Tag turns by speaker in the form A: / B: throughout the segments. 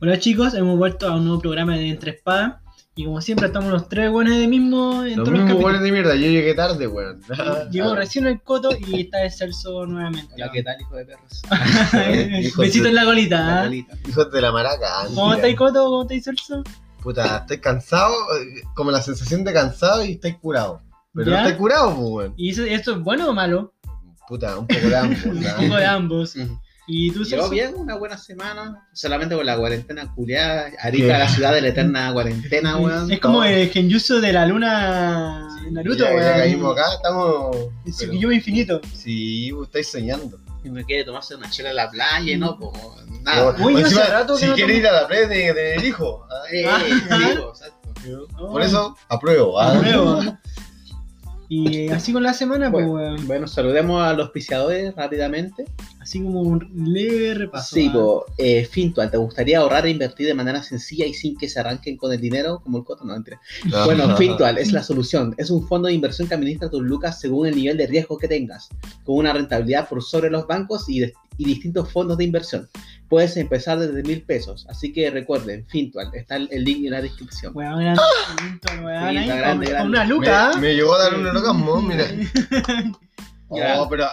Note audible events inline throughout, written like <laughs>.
A: Hola chicos, hemos vuelto a un nuevo programa de Entre Espadas. Y como siempre, estamos los tres buenos de mismo en
B: Los
A: todos los
B: mismos
A: capítulos.
B: weones de mierda, yo llegué tarde, weón. <laughs>
A: Llegó recién el coto y está el Celso nuevamente. <laughs>
C: Ya, ¿qué tal, hijo de perros?
B: eh, Hijo
A: Besito
B: de-
A: en la colita.
C: La
A: ¿ah?
C: colita.
B: Hijos de la maraca. ah,
A: ¿Cómo
B: mira.
A: estáis, Coto? ¿Cómo estáis, Celso?
B: Puta, estoy cansado, eh, como la sensación de cansado y estáis curado. Pero no
A: ¿Ya?
B: estáis curado, pues, weón.
A: ¿Y eso, esto es bueno o
B: <laughs>
A: malo?
B: Puta, un poco de hambre.
A: Un <laughs>
B: ¿verdad?
A: poco de ambos. ¿Y tú,
C: Yo
A: Celso?
C: bien, una buena semana, solamente con la cuarentena culiada, Arica, la ciudad de la eterna
B: ah,
C: cuarentena, weón.
A: Es como
C: Todo.
A: el genjutsu de la luna de Naruto,
B: ya, ya
A: weón.
B: caímos acá, estamos.
A: En su
B: pero-
A: Kyuubi infinito.
B: Sí, vos estáis soñando.
C: Y me quiere tomarse una chela en la playa, no, pues, nada.
B: No,
A: Uy, yo
B: Ah, encima,
A: hace rato que
B: si
A: no
B: quieres
A: tomo-
B: ir a la playa, tenés que tener hijo. Ah,
C: Eh,
A: Ah.
C: digo, exacto.
A: Oh,
B: Por eso, apruebo. ah.
A: <laughs> Apruebo.
B: <laughs>
A: Y eh, así con la semana, pues,
C: Bueno.
A: weón.
C: Bueno, saludemos a los piciadores rápidamente.
A: Así como un leve repaso.
C: sí,
A: ah.
C: po, eh, Fintual, ¿te gustaría ahorrar e invertir de manera sencilla y sin que se arranquen con el dinero? Como el coto, no, mentira.
B: Ah,
C: Bueno,
B: ah,
C: Fintual es la solución. Es un fondo de inversión que administra tus lucas según el nivel de riesgo que tengas, con una rentabilidad por sobre los bancos y, de- y distintos fondos de inversión. Puedes empezar desde mil pesos, así que recuerden, Fintual, está el, el link en la descripción.
A: Weón, era un weón, ahí,
C: ¡Ah! está
A: con-
C: grande,
A: con
C: grande.
A: una
B: Me,
A: luca. ¿ah?
B: me llegó a dar un
A: <laughs>
B: orgasmo, mira.
C: Ya.
B: Oh, pero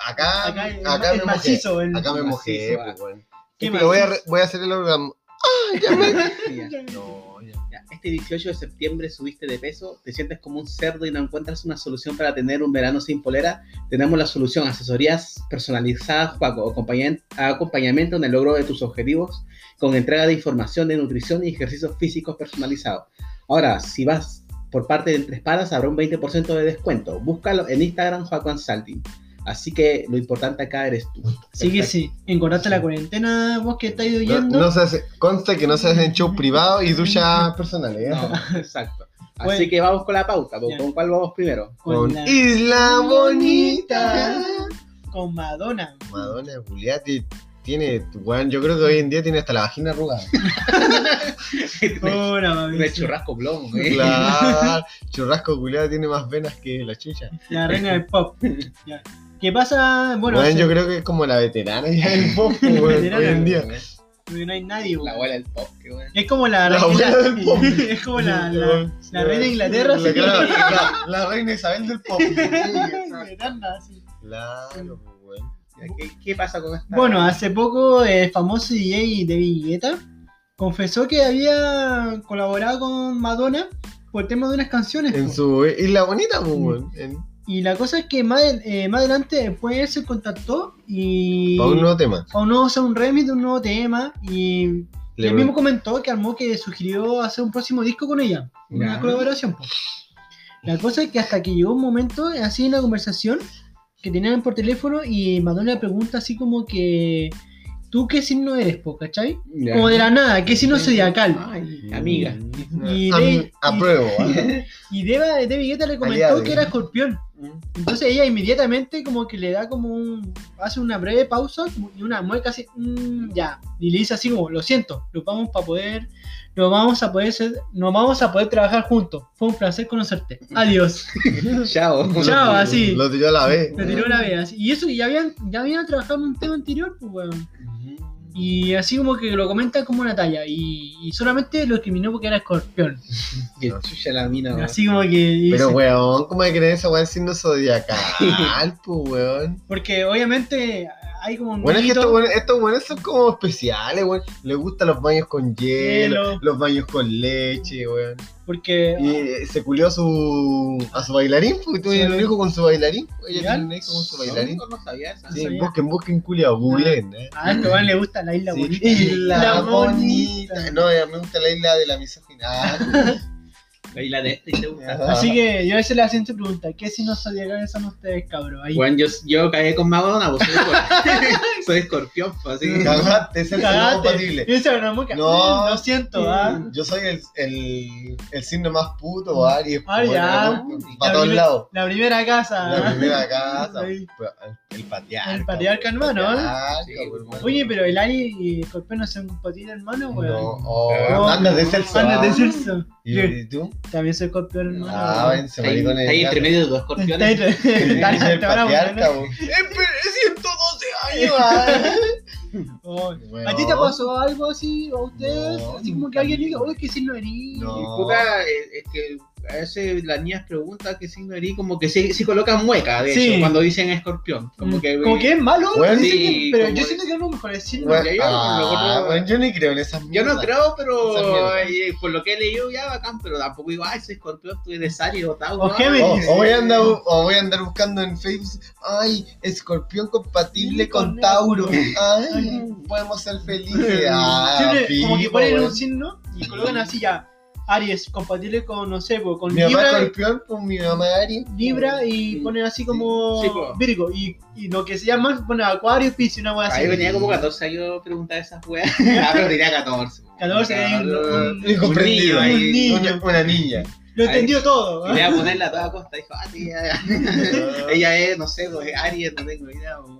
A: Acá,
B: acá, acá,
A: el-
B: me
A: el
B: mojé.
A: macizo, ah. el-
B: Acá me
C: el
B: mojé,
C: macizo,
B: pues, weón.
A: ¿Qué
B: Sí, pero voy a,
A: macizo?
B: re- voy a hacer el orgasmo. ¡Ah! Ya me...
A: <laughs>
C: Ya.
B: No, ya.
C: Ya, Este 18 de septiembre subiste de peso, te sientes como un cerdo y no encuentras una solución para tener un verano sin polera. Tenemos la solución, asesorías personalizadas, Juaco, acompañan- acompañamiento en el logro de tus objetivos, con entrega de información de nutrición y ejercicios físicos personalizados. Ahora, si vas por parte de Entre Espadas, habrá un 20% de descuento. Búscalo en Instagram, Juaco Ansaldi. Así que lo importante acá eres tú.
A: Sí que
C: Perfecto.
A: sí. Encordaste la cuarentena, vos que estáis
B: No,
A: oyendo.
B: no se hace, consta que no se hacen shows privados y duchas personales. ¿eh?
C: No, <laughs> exacto. Así
A: Bueno.
C: que vamos con la pauta.
A: Ya.
C: ¿Con cuál vamos primero?
B: Con
A: con, la-
B: Isla Bonita.
A: con Madonna.
B: Madonna Juliati tiene, weón, yo creo que hoy en día tiene hasta la vagina arrugada.
A: Hola,
C: De
A: mami.
C: churrasco blon,
A: <laughs>
C: ¿eh? <laughs>
B: Claro, churrasco Juliati tiene más venas que la chucha.
A: La reina del
C: <laughs>
A: pop. Ya. ¿Qué pasa? Bueno,
B: Weón,
A: hace-
B: yo creo que es como la veterana ya del pop,
A: <laughs>
B: weón, hoy
A: Veterana,
B: en día.
A: porque no hay nadie.
C: La
A: weón.
C: abuela del pop, qué bueno.
A: Es como la,
B: La abuela del pop.
A: <laughs> es como la, la, la reina de Inglaterra.
B: La,
A: así que-
B: claro,
A: <laughs>
B: la- la reina Isabel del pop. Sí, exacto.
A: Veterana, así.
B: Claro, pues, weón.
C: Ya, ¿Qué, qué pasa con esta?
A: Bueno, hace poco el famoso DJ David Guetta confesó que había colaborado con Madonna por tema de unas canciones.
B: En
A: po.
B: su isla bonita, pues, weón. En-
A: Y la cosa es que más, eh, más adelante después él se contactó y...
B: Para un nuevo tema.
A: pa' un nuevo- o sea, un remix de un nuevo tema y y
B: Le
A: él mismo comentó que armó que sugirió hacer un próximo disco con ella. Una
C: Ya.
A: colaboración. po. La cosa es que hasta que llegó un momento, así en la conversación, que tenían por teléfono y Madonna le pregunta así como que... ¿Tú qué signo eres, po, cachai?
C: Ya.
A: Como de la nada, ¿qué signo
B: Ah.
A: zodiacal?
C: Ay,
A: <laughs>
C: amiga.
A: Y
B: Am-
A: de-
B: apruebo.
A: <laughs>
B: ¿eh?
A: Y Deva, Debbie Guetta le comentó
B: Aliado,
A: que
B: ¿no?
A: era escorpión. Entonces ella inmediatamente como que le da como un... hace una breve pausa como- y una mueca así, "Mm, ya, y le dice así como, lo siento, nos vamos para poder, nos vamos a poder ser- nos vamos a poder trabajar juntos. Fue un placer conocerte.
B: <laughs>
A: Adiós.
C: Chao.
A: Chao, así.
B: Lo tiró a la vez.
A: Te tiró una vez. así. Y eso, y ya habían, ya habían trabajado en un tema anterior, pues weón. Y así como que lo comenta como una talla. Y, y solamente lo discriminó porque era escorpión.
C: <laughs> Que chucha la mina. weón.
A: Así como que dice-
B: Pero, weón, ¿cómo hay que creer esa weón signo zodiacal, pues, weón?
A: Porque obviamente hay como un
B: Bueno, es que
A: mito-
B: estos weones, estos weones son como especiales, weón. Les gustan los baños con hielo,
A: Hielo.
B: los baños con leche, weón.
A: porque
B: Y eh, se culió a su, a su bailarín, pues, porque tuvo
A: Sí.
B: un hijo con su bailarín. pues, Ella
A: ¿Ya?
B: tiene un hijo con su bailarín.
C: No, no sabía esa.
B: Sí,
A: sabía.
B: busquen, busquen culiao, googleen, eh.
A: A este weón le gusta la isla
B: Sí.
A: bonita.
B: Isla bonita. No, eh, me gusta la isla de la misoginia.
C: Y la de este y
B: <laughs>
C: te gusta.
B: Ah.
A: Así que yo a veces le hacía esta pregunta, ¿qué si no zodiacales son ustedes, cabros? Ahí
C: Bueno, yo, yo caí con Madonna, vos soy,
A: <laughs>
C: escor- <laughs> soy escorpión, pues, así que-
B: Cagaste, es el signo
A: cagaste.
B: compatible.
A: Y esa una muca,
B: No.
A: "Mm, lo siento, ah.
B: Yo soy el, el, el signo más puto, Aries.
A: Aries, ah.
B: Para
A: La
B: todos
A: primer-
B: lados.
A: La primera casa.
B: La
A: ah.
B: primera casa.
A: Ahí.
B: pero El patriarca.
A: El patriarca,
B: weón,
A: hermano, ¿eh?
B: patriarca,
C: Sí,
B: weón,
C: weón.
A: Oye, pero el Ari y Escorpión no son compatibles, hermano, weón.
B: No, oh,
C: No,
B: andas de
C: no,
B: Celso.
A: Andas de
B: ah.
A: Celso.
B: ¿Y, y tú?
A: También soy escorpión, hermano.
B: Ah,
A: weón.
B: ven, se
C: Ahí,
B: maricones.
C: ahí entre medio de dos
A: <laughs> Está-
C: escorpiones.
A: está-
B: El
A: te van a
B: patriarca,
A: poner- <laughs>
B: weón. Eh, pero Es 112 años, ah.
A: Oh,
B: Weón.
A: ¿A ti te pasó algo así? ¿O a ustedes?
B: No,
A: así como que
B: nunca.
A: alguien diga, oye, que si no eres.
B: No.
C: Y puta, eh, es que a veces las niñas preguntan que signo eres, como que se, se colocan mueca, de
A: Sí. Mm.
C: hecho, cuando dicen escorpión. Como que,
A: como que es malo,
B: Bueno,
A: dicen
C: sí,
A: que- pero
C: como
A: yo
C: es-
A: siento que es lo mejor es signo. <laughs>
B: Weón,
C: ya yo,
B: ah,
C: loco, no-
B: weón, yo ni creo en esas
C: yo no
A: Mm.
B: mierdas.
C: creo,
B: Esa
C: pero
B: mierda.
C: eh, por lo que he leído ya bacán, pero tampoco digo, ay, soy escorpión, tú eres Aries o Tauro.
A: O
C: ¿no?
A: Géminis.
B: O, o voy a andar,
C: Sí.
B: o voy a andar buscando en Facebook, ay, escorpión compatible
A: Sí, con
B: con Tauro, ay, podemos ser felices. Ah,
A: Siempre como que
B: pico,
A: ponen un
B: weón.
A: signo y colocan así ya. Aries, compatible con, no sé, po, con
B: Mi mamá
A: Libra,
B: escorpión, pues mi mamá Aries.
A: Libra y
C: Sí,
A: ponen así como
C: Sí, po.
A: Virgo. Y, y lo que se llama, bueno, Acuario, Piscis, una wea
C: Ahí
A: así.
C: venía como 14 años preguntaba esas weas. <laughs> Ah, pero tenía 14.
A: 14 hay un-
C: Claro.
A: un-
B: Hijo
C: Un
B: prendido,
C: niño ahí.
A: niño.
B: una,
A: <laughs>
B: una niña.
A: Lo entendió todo. ¿eh? <laughs>
C: Quería ponerla a toda costa. Dijo, ah, tía, ella es, no sé, pues, Aries, no tengo idea. o-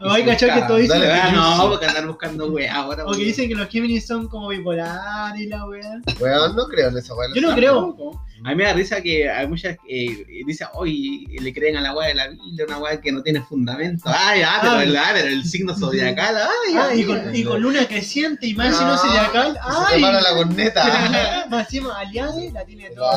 A: O hay cachorros que todos dicen.
B: Dale,
C: Ah,
B: dale.
C: no, porque andar buscando wea ahora.
A: O que dicen que los Géminis son como bipolar y la wea.
B: Weón, no creo en esa weón.
A: Yo no creo.
C: A mí me da risa que hay muchas que eh, dicen, hoy le creen a la wea de la Biblia, una wea que no tiene fundamento. Ay, ah, pero,
A: Ah.
C: el- ah, pero el signo zodiacal, ay,
A: Ah, y
C: ay,
A: con, y con luna creciente y más
B: No,
A: si no
C: Ah,
A: sería cal.
B: Ah, Se te
A: ¡Ay!
B: para la corneta.
A: <laughs>
B: <laughs>
A: Ajá, Más encima, Aliade la tiene toda.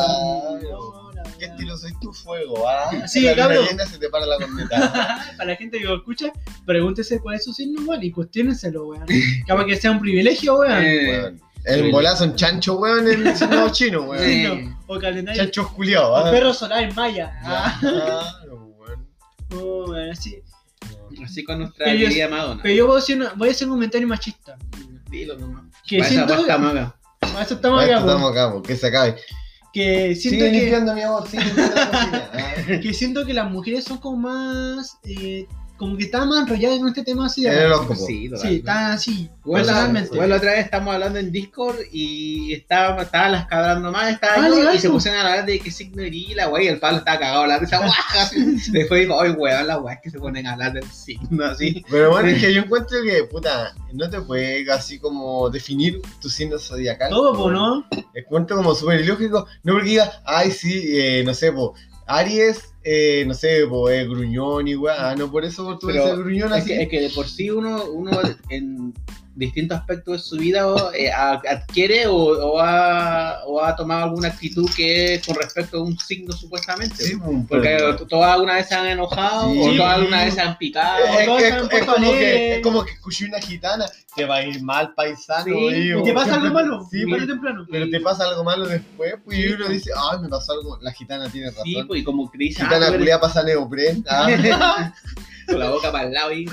B: Claro.
A: No, la
B: ¿Qué
A: wea.
B: estilo soy tu fuego? Ah,
A: Sí,
B: la luna
A: cabrón.
B: llena se te para la corneta.
A: Para la gente que lo escucha, pregúntese cuál es su signo, weón, y cuestiónenselo, weón. Capaz que sea un privilegio, weón.
C: Eh,
B: Weón. El bolazo en chancho, weón, en el signo chino, weón.
C: eh,
A: signo. O calendario.
B: Chanchos culiados.
A: O
B: ah.
A: perro solar en maya. Ah,
B: Claro, weón.
A: no, weón, así.
C: Así con nuestra
A: Pero yo-
C: querida Madonna.
A: Pero yo voy a, hacer una- voy a hacer un comentario machista.
C: Dilo nomás.
A: Que
C: Vaya,
A: siento.
C: basta, maga.
A: Para eso
B: Para
A: estamos
B: esto
A: acá, weón.
B: pues, estamos acá, po, que se acabe.
A: Que siento
B: Sigue
A: que.
B: limpiando mi amor, sigue limpiando la
A: <laughs>
B: cocina. Ah.
A: que siento que las mujeres son como más. eh, como que están más enrolladas en este tema así. de-
B: Era loco, po.
C: Sí, total.
A: sí, están así.
C: Bueno,
A: personalmente.
C: bueno, la otra vez estábamos hablando en Discord y estaba, estaba las cabras nomás, estaba
A: Ah,
C: yo,
A: legal,
C: y se
A: po.
C: pusieron a hablar de qué signo herí la wey, y el Pablo estaba cagado la risa, <laughs> guaja. Después dijo, oye weón, las weas que se ponen a hablar del signo así.
B: Pero bueno, es que yo encuentro que, puta, no te puede así como definir tu signo zodiacal.
A: Todo, po, ¿no?
B: Encuentro como súper ilógico. No porque digas, ay, sí, eh, no sé, po, Aries, eh, no sé, po, es gruñón y weá. Ah, no por eso tú eres
C: Pero
B: el gruñón
C: Es
B: así.
C: que, es que de por sí uno, uno en distintos aspectos de su vida o, eh, a- adquiere o, o ha, o ha tomado alguna actitud que es con respecto a un signo supuestamente.
B: Sí, po,
C: Porque
B: pero-
C: todas alguna vez se han enojado
B: Sí.
C: o todas alguna vez se han picado.
A: Eh, todos
B: Es, es-
A: saben
B: es
A: poco
B: como
A: leer.
B: que, es como que escuché una gitana, te va a ir mal, paisano.
C: Sí,
B: y-
A: Y te pasa algo malo,
B: Sí,
A: tarde o
B: pero-
A: temprano.
B: pero te pasa algo malo después, pues,
A: Sí,
B: y uno
A: po.
B: dice, ay, me pasó algo, la gitana tiene razón.
C: Sí, pues, y como Chris.
B: Gitana
C: ah, tú eres-
B: culia pasa neopren. Ah,
C: con la boca para el lado. y-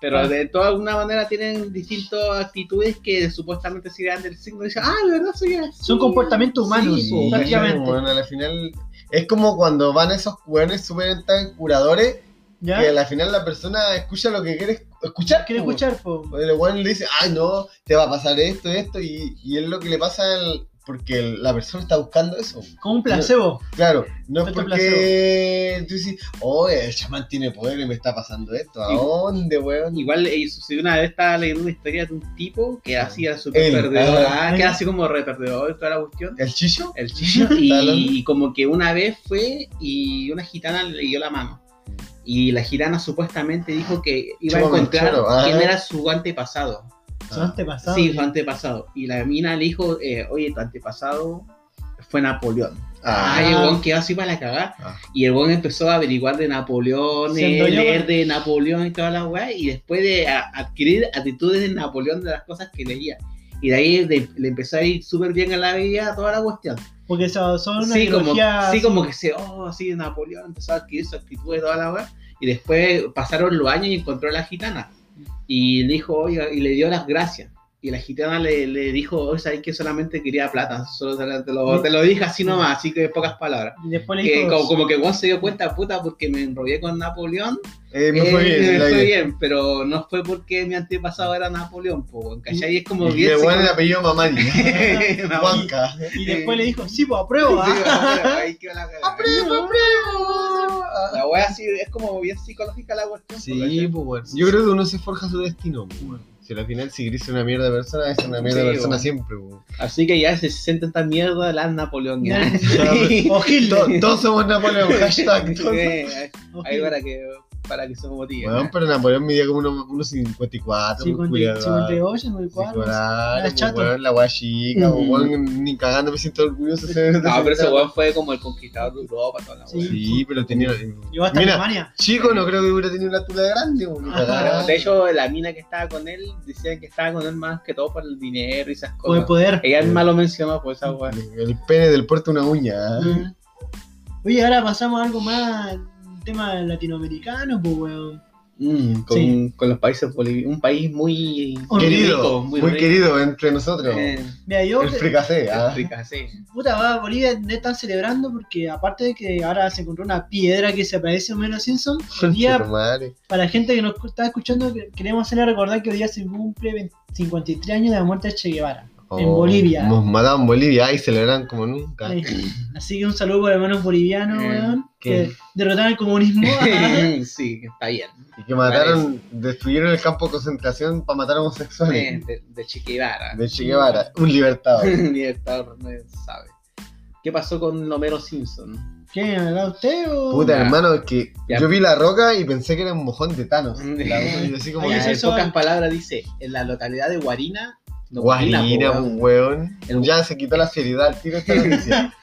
C: Pero de toda alguna manera tienen distintas actitudes que supuestamente se dan del signo. Y dicen, ah, de verdad soy así.
A: Son comportamientos humanos,
B: sí,
A: po, prácticamente.
B: Bueno, pues, al final es como cuando van esos cuernos súper tan curadores
A: ¿Ya?
B: que al final la persona escucha lo que quiere escuchar.
A: ¿Quieres
B: po.
A: escuchar,
C: Ah,
A: po?
B: El weón le dice, ay no, te va a pasar esto, esto, y, y es lo que le pasa al- porque el- la persona está buscando eso.
A: Como un placebo.
B: Claro, no es
A: Tanto
B: porque tú dices, oh, el chamán tiene poder y me está pasando esto. ¿A
C: Sí.
B: dónde, weón?
C: Igual eh, sucedió una vez, estaba leyendo una historia de un tipo que era así, era súper
B: Él,
C: perdedor,
B: ah,
C: ah, que era así como re perdedor de toda la cuestión.
B: ¿El chicho? <laughs>
C: El chicho, y,
B: Está hablando.
C: y como que una vez fue y una gitana le dio la mano. Y la gitana supuestamente dijo que iba a
B: Chúpame el
C: encontrar
B: choro, ah.
C: quién era su antepasado.
A: Son antepasados.
C: Sí, su antepasado. Y la mina le dijo, eh, oye, tu antepasado fue Napoleón.
B: Ah,
C: Ah, y el weón quedó así para la cagada.
B: Ah.
C: Y el weón empezó a averiguar de Napoleón, eh,
A: Siendo yo,
C: leer
A: weón.
C: de Napoleón y toda la weá. Y después de a- adquirir actitudes de Napoleón de las cosas que leía. Y de ahí de- le empezó a ir súper bien a la vida toda la cuestión.
A: Porque son son una
C: Sí como,
A: ideología-
C: sí, como que se, oh, así de Napoleón empezó a adquirir su actitud de toda la weá. Y después pasaron los años y encontró a la gitana. Y le dijo, oiga, y le dio las gracias. Y la gitana le, le dijo, oye, sabes que solamente quería plata, solo te, te lo, te lo dije así nomás, así que en pocas palabras.
A: Y después le
C: Que
A: dijo.
C: como, como que Juan se dio cuenta, puta, porque me enrollé con Napoleón.
B: eh, me fue
C: eh,
B: bien.
C: me
B: la
C: fue
B: idea.
C: bien, pero no fue porque mi antepasado era Napoleón, po, weón, ¿cachai? Es como
B: Y
C: bien.
B: el
C: sí,
B: weón
C: como-
B: le
C: <laughs>
B: apellido Mamani.
C: Napoleón.
B: Juanca.
A: Y después le
C: <laughs>
A: dijo, sí, pues apruebo.
C: Sí,
A: ah.
C: ahí quedó la cagada. La wea así es como bien psicológica la cuestión. po,
B: Sí,
C: ¿cachai?
B: pues bueno. Yo creo que uno se forja su destino, pues, bueno. Si al final si querés ser una mierda de persona, es una mierda
C: Sí,
B: de persona
C: bueno.
B: siempre, pues.
C: <laughs> Así que ya se sienten esta mierda
B: <laughs>
C: las napoleonianas.
A: O Hitler.
B: To- Todos somos Napoleón, hashtag. todos-
C: Eh,
A: o
C: Ahí
A: Hitler.
C: para que para que se motiven.
B: Weón, pero Napoleón medía como unos unos 54. pues,
A: 50,
B: culiado.
A: 58, 54. no sé.
B: Claro,
A: era
B: pues,
A: chato.
B: weón, la weá chica, pues,
A: Mm.
B: weón, ni cagando me siento orgulloso de ser.
C: No, Ah, pero ese weón fue como el conquistador de Europa, toda la
A: Sí.
C: weá.
B: Sí, pero tenía.
A: Llegó hasta
B: Mira,
A: Alemania.
B: chico, no creo que hubiera tenido una tula grande, weón, ni
A: Ajá.
B: cagando.
C: Ah, De hecho, la mina que estaba con él, decían que estaba con él más que todo por el dinero y esas
A: Con el
C: cosas.
A: poder.
B: Eh.
C: Ella misma lo mencionó por esa weá.
B: El pene del puerto una uña. ¿eh?
A: Mm. Oye, ahora pasamos a algo más. Tema latinoamericano, pues, weón.
C: Mm, con,
A: Sí.
C: con los países bolivianos. Un país muy,
A: Muy
B: Querido,
C: rico,
B: muy,
C: rico.
B: querido entre nosotros.
C: Eh,
A: Mira, yo.
B: el fricasé, ¿ah?
C: rica, sí. <laughs>
A: Puta, va a Bolivia, le están celebrando porque, aparte de que ahora se encontró una piedra que se parece a Homero Simpson, hoy día
B: Pero madre.
A: Para la gente que nos está escuchando, que- queremos hacerle recordar que hoy día se cumple 20 53 años de la muerte de Che Guevara. En Bolivia.
B: Oh, Nos mataron en Bolivia y celebran como nunca.
A: Ahí. Así que un saludo para hermanos bolivianos,
C: Eh,
A: weón,
B: ¿qué?
A: que derrotaron el comunismo.
C: sí, está bien.
B: Y que mataron, destruyeron el campo de concentración para matar homosexuales.
C: Eh, de, de Chiquibara.
B: De Che
C: <laughs>
B: Guevara, un libertado.
C: Libertador, no sabe. ¿Qué pasó con Homero Simpson?
A: ¿Qué? ¿Verdad usted o...?
B: Puta
C: Ya.
B: hermano, es que
C: Ya.
B: yo vi la roca y pensé que era un mojón de Thanos. La- y así como
A: Ahí
B: que,
A: es
C: en
A: eso,
C: pocas
A: eh.
C: palabras dice, en la localidad de Guarina, no,
B: guarina,
C: po,
B: un weón.
C: El-
B: Ya se quitó la seriedad al tiro esta noticia.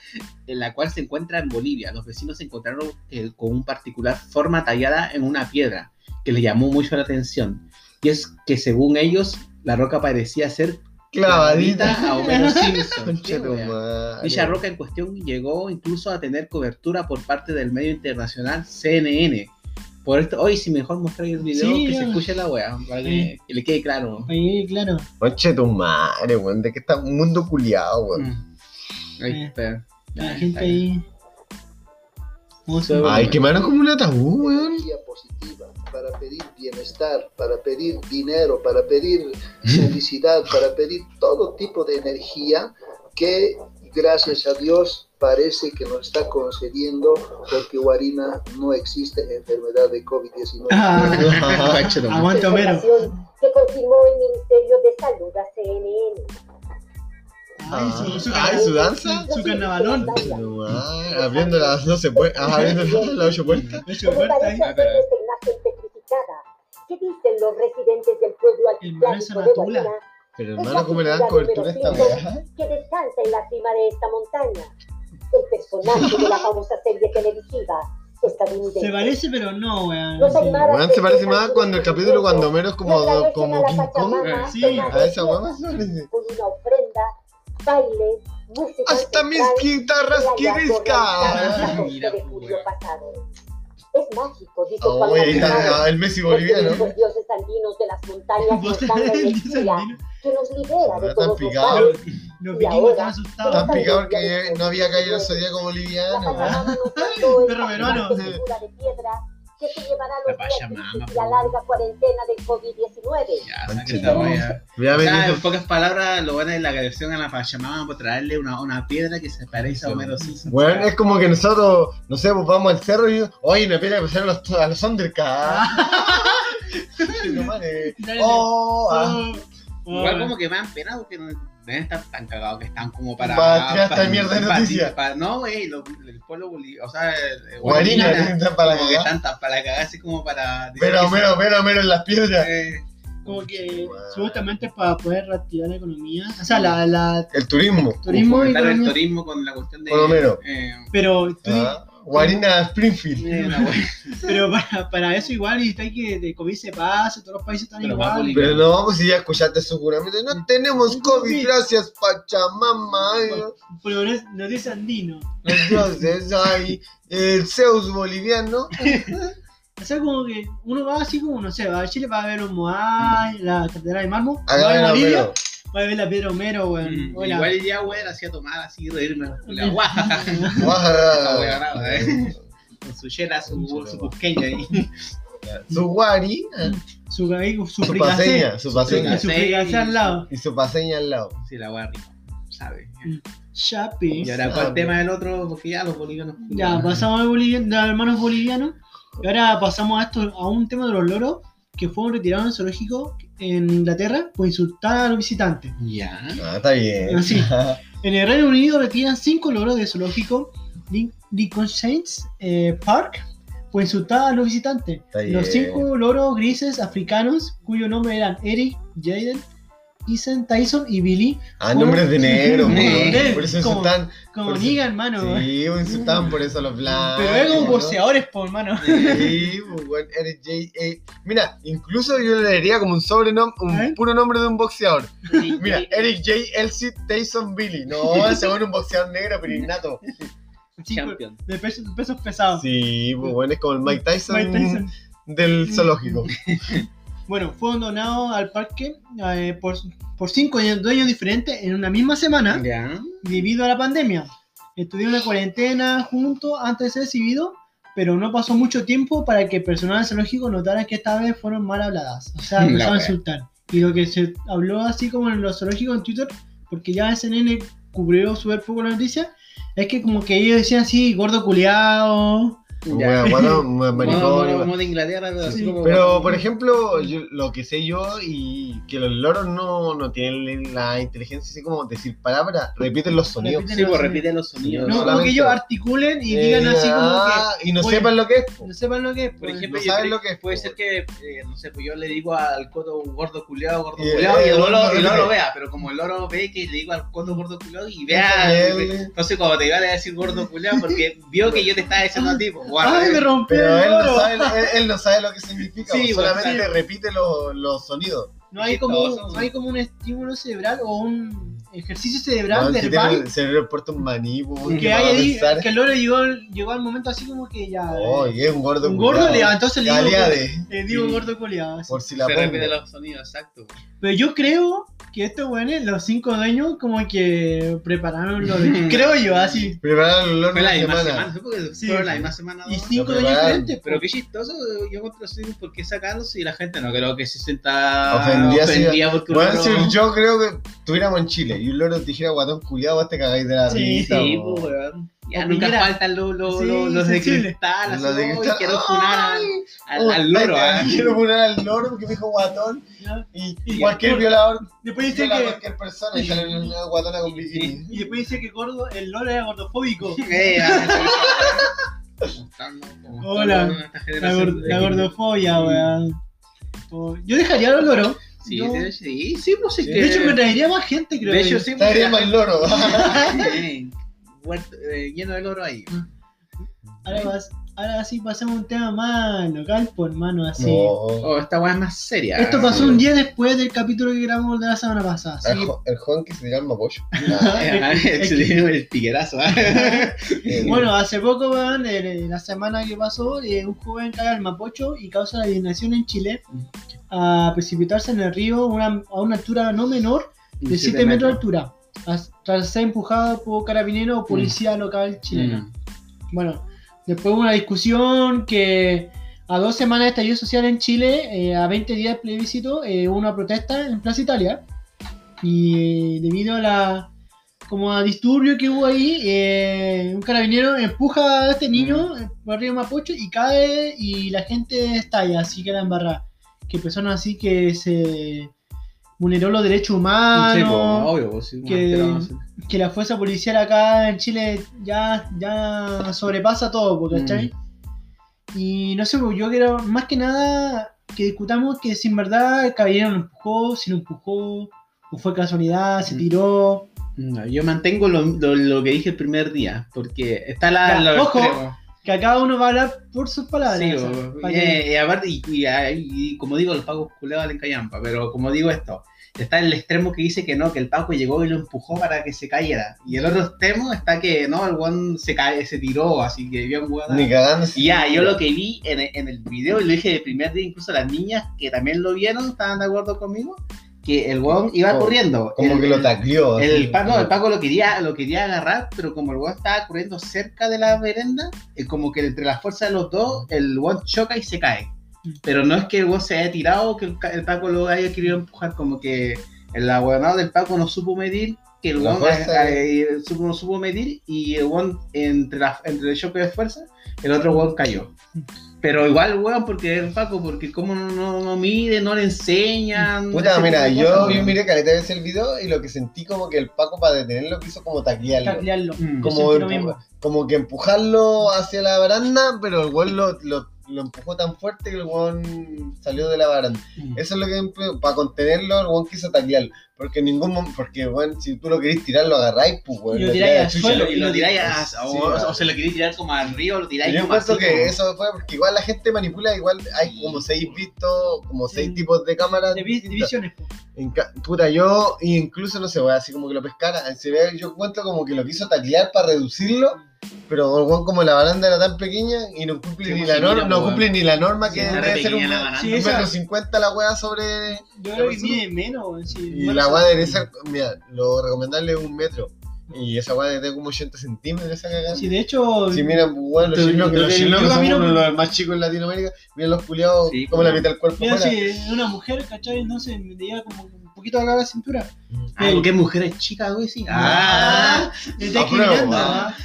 C: en la cual se encuentra en Bolivia. Los vecinos se encontraron eh, con un particular forma tallada en una piedra que le llamó mucho la atención. Y es que según ellos, la roca parecía ser
B: Clavadita.
C: a
B: <laughs>
C: Homero Simpson.
B: Conche tu
C: Qué wea.
B: madre.
C: Dicha roca en cuestión llegó incluso a tener cobertura por parte del medio internacional CNN. Por esto, hoy si mejor mostráis el video
A: Sí,
C: que
A: ya.
C: se escuche la wea, para que, que le quede claro.
A: Ahí, claro.
B: Conche tu madre, weón. De que está un mundo culiado, weón.
C: Mm. Ahí está.
A: La
C: Ahí
A: gente
C: está. <laughs>
A: ahí... ¿Cómo se
C: Ay,
A: llama?
B: Ay, quemaron como un ataúd, weón.
D: energía positiva, para pedir bienestar, para pedir dinero, para pedir felicidad, para pedir todo tipo de energía que gracias a Dios parece que nos está concediendo porque Guarina no existe enfermedad de COVID-19.
A: Ah,
B: <laughs>
C: Conche tu
A: <laughs>
C: madre.
A: aguanta Homero.
E: información que confirmó el Ministerio de Salud a CNN.
A: Ay, su, su,
B: Ay, su danza.
A: su carnavalón.
B: No, ah, abriendo las 12 puertas, ah, abriendo las las ocho puertas.
A: Eso es
E: Como
A: fuerte ahí.
E: parece ser esta imagen petrificada. ¿Qué dicen los residentes del pueblo
A: El mar es
E: altiplánico de
A: Anatula.
E: Guayana
B: Pero hermano, ¿cómo le dan cobertura a esta weá?
E: que descansa en la cima de esta montaña? El personaje de la famosa serie televisiva estadounidense.
A: Se parece, pero no, weón.
E: Los
A: Sí.
E: animales
B: Weón, se parece más cuando el capítulo cuando Homero es como,
E: Pertenecen a
B: como
E: la
B: King Kong.
E: Pachamama,
A: Sí,
E: tomados
B: A esa weá
E: tierra,
B: más se parece.
E: Con una ofrenda, baile, música
B: Hasta mis
E: ancestral,
B: guitarras quirisca.
C: Ah,
E: Ah,
C: mira,
E: mira,
C: pues,
E: julio
C: weón.
E: pasado. Es mágico, dice Juan
B: Oh, ahí
E: Gabriel,
B: está ah, el Messi
E: porque
B: boliviano.
E: Los dioses andinos de
A: <laughs>
E: las montañas nos dan la
A: Dice el
E: energía
A: Nino.
E: que nos libera de
B: Está
E: todos los
B: picado.
E: males.
A: Los
E: Y
A: vikingos
E: ahora,
A: están
B: Tan
A: asustados.
B: picado porque no había caído el zodíaco
E: La
B: boliviano. weón.
E: Pachamama nos mandó esta
A: Perro peruano.
E: gigante figura de piedra que se llevará
C: La
E: los días
C: Pachamama,
E: de la larga cuarentena del COVID-19.
C: Ya, saca esta wea.
B: Ya
C: O
B: ven,
C: sea, en
B: eso-
C: pocas palabras, lo bueno es la agresión a la Pachamama por traerle una, una piedra que se parece a Homero Simpson.
B: Weón, es como que nosotros, no sé, pues vamos al cerro y oye, me pega que pusieron a los, a los
C: <laughs>
B: Thundercats. No, madre. Oh, ah.
C: Igual como que me han penado porque no deben estar tan cagados que están como para...
B: Pa' tirar esta mierda de
C: pa-
B: noticia.
C: pa- no, güey, lo- el pueblo boliviano, o sea... el- el-
B: Guarina,
C: Guarina,
B: necesitan para
C: como que
B: cagar.
C: están tan para cagar, así como para... decir
B: Pero,
C: que se-
B: mero, mero, mero en las piedras.
C: eh,
A: Como que supuestamente es para poder reactivar la economía. O sea, la. la
B: El turismo.
A: turismo y
C: fomentar el
A: economía.
C: turismo con la cuestión de...
B: Con Homero.
C: eh,
A: Pero, tú di-
B: Ah, Guarina Springfield.
A: <laughs>
C: eh, la wea.
A: pero para, para eso igual y está que de COVID se pasa, todos los países están
C: Pero más
A: igual.
C: boliviano.
B: Pero no, pues si ya escuchaste su juramento. No tenemos COVID, gracias Pachamama. Ay,
A: Pero no es- nos dice Andino.
B: Los dioses, ay, el Zeus boliviano.
A: O sea, como que uno va así como, no sé, va a Chile, va a ver los Moai, la catedral de mármol, va
B: Agarra
A: a
B: la
A: Bolivia,
B: mano.
A: va a ver la piedra Homero, weón.
C: Mm,
A: o la-
C: Igual ya, güey, la hacía tomar así, reírme. La guaja. Esa wea brava, eh. <laughs> Con su chela, su, su cusqueña ahí. <laughs>
B: Su guari,
A: su su, su
B: su
A: fricacé,
B: paseña, su paseña.
A: Su fricacé al lado.
B: Y su paseña al lado.
C: Sí, la guardia, ¿sabes?
A: Chapi.
C: Y ahora, ¿cuál tema del otro? Porque ya los bolivianos.
A: Ya, pasamos a bolivian- de los hermanos bolivianos. Y ahora pasamos a esto, a un tema de los loros que fueron retirados del zoológico en Inglaterra por insultar a los visitantes.
C: Ya.
B: Ah, está bien. <laughs>
A: Así. En el Reino Unido retiran cinco loros del zoológico Lincolnshire eh, Park pues insultaba a los visitantes.
B: Está
A: Los
B: bien.
A: cinco loros grises africanos, cuyo nombre eran Eric, Jaden, Isen, Tyson y Billy,
B: Ah, nombres de negro,
A: Sí.
B: weón. Por eso
A: Como-
B: insultan.
A: como
B: Por su-
A: digan, hermano.
B: Sí, weón, insultaban por eso a los blancos.
A: Pero es como
B: ¿no?
A: boxeadores, po,
B: <laughs>
A: hermano.
B: Sí, pues, weón, eres J.A. Mira, incluso yo le daría como un sobrenombre, un
A: ¿Eh?
B: puro nombre de un boxeador.
C: Sí,
B: Mira,
C: sí.
B: Eric J. Elsie Tyson Billy.
A: <laughs>
B: No, ese weón es un boxeador negro, pero innato.
A: Sí, pues.
C: Champion.
A: De pesos, pesos pesados.
B: Sí, pues bueno, es como el Mike Tyson,
A: Mike Tyson.
B: del zoológico.
A: Bueno, fueron donados al parque eh, por, por cinco dueños diferentes en una misma semana.
C: Ya.
A: debido a la pandemia. Estuvieron en cuarentena juntos antes de ser recibido, pero no pasó mucho tiempo para que el personal zoológico notara que esta vez fueron mal habladas. O sea,
C: <laughs> La
A: empezaron a
C: wea.
A: insultar. Y lo que se habló así como en los zoológicos en Twitter, porque ya SNN cubrió súper poco la noticia, es que como que ellos decían así, gordo culeado.
C: Ya.
B: Weón,
A: <laughs>
B: guatón, weón,
C: Como-
B: maricón,
C: como-
B: weón.
C: como de Inglaterra, pero así
A: Sí.
C: como-
B: Pero, por ejemplo, yo- lo que sé yo y que los loros no, no tienen la inteligencia así como decir palabras, repiten los sonidos.
C: Sí, pues repiten los sonidos.
A: No, como
B: solamente-
A: que ellos articulen y
B: Eh,
A: digan así como que
B: ah, y no
A: oye,
B: sepan lo que es. po.
A: no sepan lo que es.
C: Por
A: pues.
C: ejemplo,
B: No
C: yo
B: saben
C: creo
B: lo que es,
C: Puede
B: po.
C: ser que, eh, no sé, pues yo le digo al coto gordo culeado, gordo
B: Y-
C: culeado,
B: eh,
C: y el
B: gordo
C: loro, el loro
B: culeado.
C: vea, pero como el loro ve que le digo al coto gordo culeado y
B: Está
C: vea.
B: bien.
C: Entonces, cuando te iba a decir gordo culeado, porque vio que yo te estaba diciendo a ti, pues, guarda,
A: ¡Ay, me
C: eh.
A: rompió
B: Pero
A: el
B: él no
A: loro!
B: sabe, él, él no sabe lo que significa,
C: Sí,
B: po,
C: bueno,
B: solamente
C: claro.
B: repite los, los sonidos.
A: No hay,
C: Que
A: como,
C: todos
A: un-
C: son-
A: no hay como un estímulo cerebral o un ejercicio
B: Weón,
A: cerebral
B: si tiene
A: verbal
B: el cerebro puesto un maní, po, weón,
A: que,
B: no
A: hay
B: va a
A: ahí,
B: pensar,
A: que el loro llegó, al- llegó al momento así como que ya.
B: "Oh,
A: eh,
B: y es un gordo
A: un gordo le,
B: culiao".
A: entonces le digo,
B: Galeade,
A: le digo
C: Sí.
A: gordo coleado. así.
B: por si la
C: Se
B: pongo.
C: repiten los sonidos, exacto.
A: Pero yo creo que estos güeyes, los cinco dueños, como que prepararon los. creo yo, así.
B: Preparar el olor
C: Fue
B: de
C: la
B: la
C: misma
B: semana.
C: semana, fue porque
A: Sí. pues.
C: fueron la misma semana.
A: Y
C: dos.
A: cinco
B: Lo
A: dueños
B: prepararon.
A: diferentes.
C: Pero qué chistoso, yo encuentro así por qué sacarlos y la gente no creo que se sienta
B: Ofendida,
C: ofendida,
B: sí.
C: porque un
B: Bueno,
C: loro-
B: si yo creo que estuviéramos en Chile y un loro te dijera guatón culiado, vos te cagáis de la
A: Sí,
C: Sí,
B: risa.
C: sí,
B: po.
C: pues, weón.
A: O
C: Ya nunca
A: Piñera.
C: faltan los, los,
A: Sí, Oh,
C: los, los de
A: sensible.
C: cristal, así
B: Los de
C: como,
B: cristal.
C: "Uy, quiero funar al,
B: ¡Ay!
C: al, al loro,
B: Puta,
A: ¿eh?
C: ah".
B: Quiero funar al loro porque me dijo guatón
A: ¿ya?
B: y,
A: Y
B: cualquier
A: Arturo.
B: violador
A: Después dice
B: viola a
A: que.
B: cualquier persona y sale una guatona con bikini.
A: Y después dice que gordo, el loro era gordofóbico.
C: Eh, ah, sí. Como están, ¿no? Como
A: Hola.
C: están, ¿no? Esta
A: La,
C: generación
A: gor-
C: de-
A: la gordofobia,
C: Sí.
A: weón. Oh, Yo dejaría a los loros.
C: Sí,
A: Yo-
C: sí, sí, sí, pues sí
B: De
C: que...
A: De hecho, me eh. traería más gente, creo.
C: De
A: yo.
C: hecho, sí,
B: Está bien
C: pues,
B: mal loro.
C: <laughs> eh, huerto- eh, lleno de loro ahí.
A: Ahora, vas- ahora sí pasamos a un tema más local, por mano,
B: <laughs>
A: así.
B: No.
C: Oh, esta weá es más seria.
A: Esto pasó
C: Sí.
A: un día después del capítulo que grabamos de la semana pasada. así
B: El,
A: que-
B: jo- el Juan que se llama Bocho.
A: ¿eh?
C: <laughs>
A: <laughs>
C: Ah, Se le dio <laughs> el tiguerazo. ah.
A: bueno, hace poco, weón, el- el- la semana que pasó, eh, un joven cae al Mapocho y causa la indignación en Chile a precipitarse en el río una- a una altura no menor de 7 metros de altura, as- tras ser empujado por carabinero o policía local chilena.
C: Mm.
A: Bueno, después hubo una discusión que a dos semanas de estallido social en Chile, eh, a 20 días del plebiscito, eh, hubo una protesta en Plaza Italia. Y eh, debido a la como a disturbio que hubo ahí, eh, un carabinero empuja a este niño eh, por arriba de Mapocho y cae y la gente estalla, así que la embarrada. Que personas así que se vulneró los derechos humanos
C: Sí, pues, obvio, pues, sí,
A: Ah, que-
C: te lo vamos a hacer.
A: que la fuerza policial acá en Chile ya, ya sobrepasa todo,
B: Mm.
A: po, ¿cachai? Y no sé, po, yo quiero más que nada que discutamos que si en verdad el caballero lo empujó, si lo empujó, o fue casualidad, se
C: Mm.
A: tiró.
C: No, yo mantengo lo, lo- lo que dije el primer día, porque está la...
A: Ya,
C: la-
A: ojo,
C: creo-
A: Que a cada uno va a hablar por sus palabras.
C: sí,
A: o sea,
C: o-
A: para que-
C: eh, y aparte, y, y- y como digo, los pagos culeados en callampa, pero como digo esto, está el extremo que dice que no, que el Paco llegó y lo empujó para que se cayera, y el otro extremo está que no, el guan se cae, se tiró, así que bien guada.
B: Ni cagando.
C: Y ya, yo lo que vi en, el- en el video, y lo dije de primer día, incluso las niñas que también lo vieron, estaban de acuerdo conmigo, que el guan iba
B: Como-
C: corriendo.
B: Oh, Como
C: El-
B: que lo tacleó. así.
C: El Paco, el Paco lo quería, lo quería agarrar, pero como el weón estaba corriendo cerca de la verenda, eh, como que entre las fuerzas de los dos, el weón choca y se cae. Pero no es que el weón se haya tirado o que el, ca- el Paco lo haya querido empujar, como que el aguanado del Paco no supo medir que el
B: La
C: Won
B: fuerza
C: supo, supo medir y el Won entre, la- entre el choque de fuerza, el otro Won cayó. Pero igual, weón, porque es Paco, porque como no, no, no mide, no le enseñan.
B: Puta,
C: ese
B: mira,
C: tipo de
B: yo,
C: cosas,
B: yo
C: weón.
B: miré caleta veces el video y lo que sentí como que el Paco para detenerlo quiso como taclearlo.
A: Taclearlo.
C: Mm.
A: Yo
B: eh, Como,
A: sentí lo
B: empu-
A: mismo.
B: como que empujarlo hacia la baranda, pero el weón lo, lo- lo empujó tan fuerte que el weón salió de la baranda.
A: Mm.
B: Eso es lo que para contenerlo, el weón quiso taclearlo. Porque en ningún momento, porque weón, si tú lo querés tirar, lo agarráis, pues weón.
A: Y lo tiráis
B: tiráis
A: al
B: chucha.
C: Y
A: suelo.
C: lo- y lo tiráis a-
B: Sí,
C: o,
B: weón.
C: o se lo queréis tirar como al río, lo tiráis
B: Yo
C: como
B: pienso
C: así,
B: que
C: como-
B: eso fue porque igual la gente manipula, igual hay como seis vistos, como seis
A: Sí.
B: tipos de cámaras.
A: De vi- divisiones. po.
B: En ca- puta, yo incluso no sé, weón, así como que lo pescara. Se ve, yo cuento como que lo quiso taclear para reducirlo, pero el weón como la baranda era tan pequeña y no cumple,
C: Sí,
B: ni,
C: pues,
B: la
C: sí,
B: norma,
C: mira,
B: no
C: weón.
B: cumple ni la norma que
A: Sí,
C: Era
B: debe ser un,
C: pequeña la banana.
A: Sí,
B: un
A: esa-
B: metro cincuenta la weá sobre.
A: Yo creo que
B: persona-
A: mide menos. weón, sí.
B: Y
A: Bueno,
B: la
A: sí.
B: weá debe ser, mira, lo recomendable es un metro. Y esa weá debe tener como 80 centímetros esa cagada.
A: Sí, de hecho,
B: Si miran, weón, los
C: Yo-
B: chilenos, que
C: yo-
B: los
C: yo
B: chilenos que somos
A: camino-
B: uno de los más chicos en Latinoamérica, miren los culiados
C: Sí, pues.
B: como la
C: como-
B: mitad del cuerpo
A: mira,
B: fuera.
A: si es una mujer, ¿cachai? No sé, me lleva como un poquito acá a la cintura.
C: Ah, porque mujer es chica, güey, sí. Ah,
A: Me está
B: Apruebo,
A: escribiendo,
B: ah.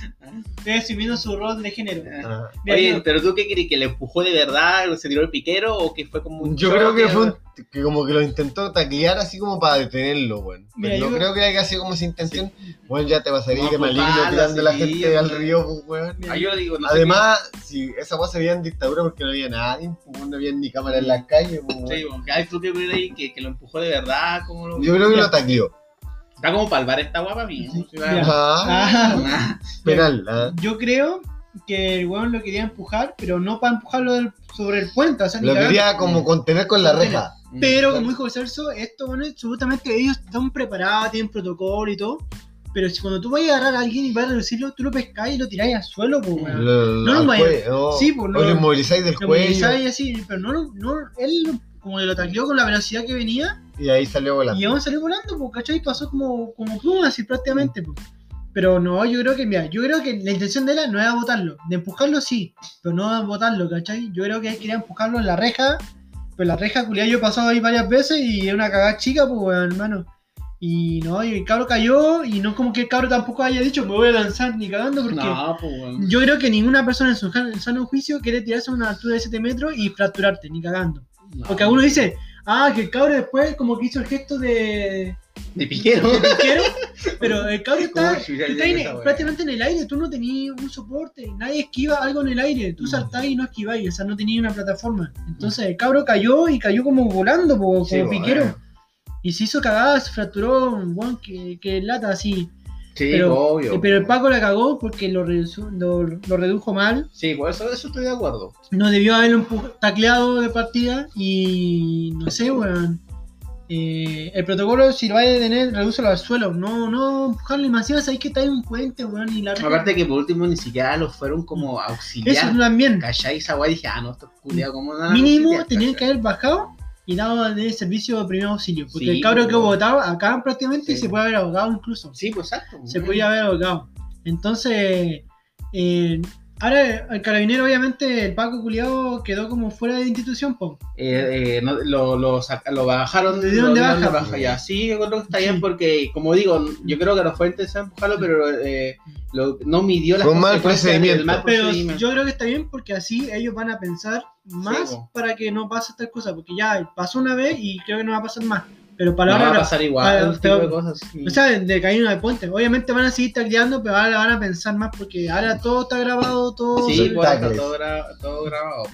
A: Estoy asumiendo su rol de género.
B: Ah.
A: Mira,
C: Oye,
A: yo-
C: pero tú qué crees, que le empujó de verdad, se tiró el piquero o que fue como un
B: Yo
C: choque?
B: creo que fue un- que como que lo intentó taclear así como para detenerlo, weón.
A: Mira,
B: Pero
A: yo-
B: yo creo que haya sido como esa intención. Bueno, ya te pasaría
C: No,
B: que
C: pues,
B: maligno
C: bala,
B: tirando a la
C: sí,
B: gente al
C: weón.
B: río, pues, weón.
A: mira,
C: Ah, yo digo, no sé
B: Además, si esa weá se veía en dictadura porque no había nadie, pues, no había ni cámara en las calles, pues,
C: qué- sí,
B: weón.
C: bueno, que hay tú que crees ahí que, que lo empujó de verdad, como lo...
B: Yo creo que lo tacleó.
C: Está como para el bar esta guapa mía.
A: Sí,
C: ¿no?
A: ya.
B: Ajá.
A: Ah,
C: Ah,
B: Penal, ah.
A: yo creo que el weón lo quería empujar, pero no para empujarlo del- sobre el puente. O sea, ni
B: Lo
A: cagando.
B: quería Mm, como contener con la reja.
A: Pero como dijo Celso, esto, bueno, absolutamente ellos están preparados, tienen protocolo y todo. Pero si cuando tú vas a agarrar a alguien y vas a reducirlo, tú lo pescás y lo tirás al suelo, pues, weón.
B: Lo-
A: No lo
B: al
A: vaya-
B: jue- no.
A: sí, pues, no
B: O
A: lo-
B: lo inmovilizáis del
A: Lo
B: cuello
A: movilizás y así, pero no, lo- no, él lo- como que lo tacleó con la velocidad que venía
B: y ahí salió volando.
A: y aún salió volando, pues, ¿cachai? Pasó como, como pluma, así prácticamente, pues. Pero no, yo creo que, mira, yo creo que la intención de él no era botarlo. De empujarlo sí, pero no a botarlo, ¿cachai? Yo creo que él quería empujarlo en la reja, pero la reja, culiada, yo he pasado ahí varias veces y es una cagada chica, pues, weón, hermano. Y no, y el cabro cayó y no es como que el cabro tampoco haya dicho, me voy a lanzar ni cagando porque...
C: No, pues, bueno.
A: Yo creo que ninguna persona en su ja- en sano juicio quiere tirarse a una altura de 7 metros y fracturarte, ni cagando.
C: No.
A: Porque algunos dicen, ah, que el cabro después como que hizo el gesto de,
C: De <laughs> piquero.
A: de
B: <laughs>
A: pesquero, pero el cabro está,
C: Uy, ya, ya,
A: está en-
C: esa wea.
A: prácticamente en el aire, tú no tenías un soporte, nadie esquiva algo en el aire,
B: Mm.
A: tú saltás y no esquiváis, o sea, no tenías una plataforma. Entonces el cabro cayó y cayó como volando, po, como
B: Sí, po,
A: piquero.
B: eh.
A: Y se hizo cagada, se fracturó, weón, que, que lata así.
C: Sí,
A: Pero-
C: obvio.
A: Pero el Paco la cagó porque lo redu- lo- lo redujo mal.
C: Sí, por eso, eso estoy de acuerdo.
A: no debió haberlo empu- tacleado de partida y no sé, weón. Eh, el protocolo, si lo va a detener, redúcelo al suelo. No, no empujarlo. Y más encima sabéis que está en un puente, weón. Y la
C: Aparte que por último ni siquiera los fueron como a
A: Eso
C: auxiliar.
A: también.
C: Callá esa guay dije, ah, no, esto es culiado como nada.
A: Mínimo tenían que haber bajado y dado de servicio de primer auxilio. Porque
C: Sí,
A: el cabro que
C: weón.
A: votaba acá prácticamente
C: Sí.
A: se puede haber ahogado incluso.
C: Sí, pues exacto.
A: se
C: bueno.
A: podía haber ahogado. Entonces, eh, ahora el carabinero, obviamente, el Paco Culiado quedó como fuera de institución, po.
C: Eh, eh, no, lo, lo, saca- lo bajaron
A: Le dieron
C: lo
A: de
C: dieron
A: baja.
C: ya. Sí, yo creo que está bien
A: Sí.
C: porque, como digo, yo creo que no fue intención empujarlo, pero eh, lo- no midió las
B: Fue un mal
C: consecuencias
B: procedimiento.
C: del mal
A: Pero
C: procedimiento.
A: yo creo que está bien porque así ellos van a pensar más
C: Sí, po.
A: para que no pase estas cosas, porque ya pasó una vez y creo que no va a pasar más. Pero para
C: No
A: ahora,
C: va a pasar igual,
A: para-
C: ese tipo de
A: pero-
C: cosas. sí.
A: o sea, de caer en el puente, obviamente van a seguir tacleando, pero ahora van a pensar más porque ahora todo está grabado, todo.
C: Sí,
B: Son
C: pues. por eso,
B: tacles.
C: todo, gra- todo grabado.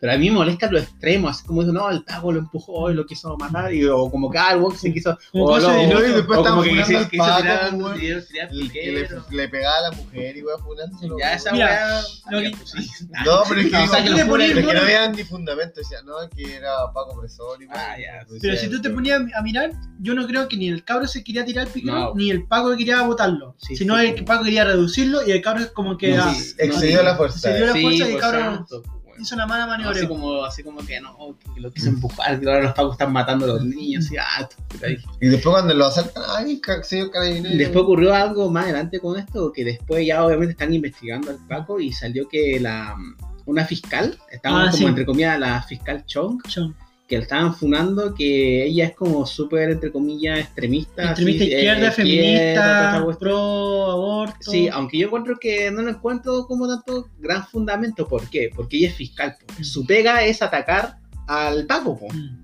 C: Pero a mí me molesta lo extremo, así como dijo, no, el taco lo empujó y lo quiso matar, y, o como que ah, el box se quiso.
A: Como
C: o,
A: cosa
C: lo-
A: de-
B: Y no, y
C: o
B: después
C: como
B: estaban
C: que
B: jugando
C: quiso,
B: al
C: quiso
B: Paco,
C: tirar,
B: weón.
C: tirar- tirar
B: El que le,
C: piquero.
B: le pegaba a la mujer y weá funándolo.
C: Ya esa
A: Mira,
C: weá.
A: lo
C: ya,
A: que-
C: pues, sí.
B: <laughs>
C: <laughs>
B: No, pero es que,
C: No, o sea, que
B: digo, <laughs>
C: le
B: pero
C: ponía
B: es
C: el
B: que no
C: <laughs>
A: mono.
B: había ni fundamento. Decía, no, que era Paco Presor y weá.
C: Ah, ya.
B: Pues,
A: Pero
B: decía,
A: si tú te ponías a mirar, yo no creo que ni el cabro se quería tirar el piquero,
C: No.
A: ni el Paco quería botarlo,
C: Sí,
A: sino
C: sí.
A: el Paco quería reducirlo y el cabro es como que
C: No,
A: ah,
C: sí.
B: Excedió
C: No,
B: la
A: se
B: fuerza.
A: dio
B: eh.
A: la
C: Sí,
A: fuerza y el
C: por
A: cabro
C: santo, pues, weón.
A: hizo una mala maniobra.
C: Así como, así como que no, que lo quiso empujar, que ahora los pagos están matando a los niños. Y, ah, tu puta, y-
B: Y después cuando lo asaltan, ay, ca- señor carabinero.
C: Después ocurrió algo más adelante con esto, que después ya obviamente están investigando al Paco y salió que la una fiscal, estaba
A: Ah,
C: como
A: sí.
C: entre comillas la fiscal Chong,
A: Chon.
C: que la estaban funando, que ella es como súper, entre comillas, extremista.
A: Extremista
C: así, eh,
A: izquierda,
C: izquierda, toda esa
A: feminista,
C: cuestión.
A: pro aborto.
C: Sí, ah, aunque yo encuentro que no lo encuentro como tanto gran fundamento. ¿Por qué? Porque ella es fiscal. po. Su pega es atacar al Paco. po,
A: Mm.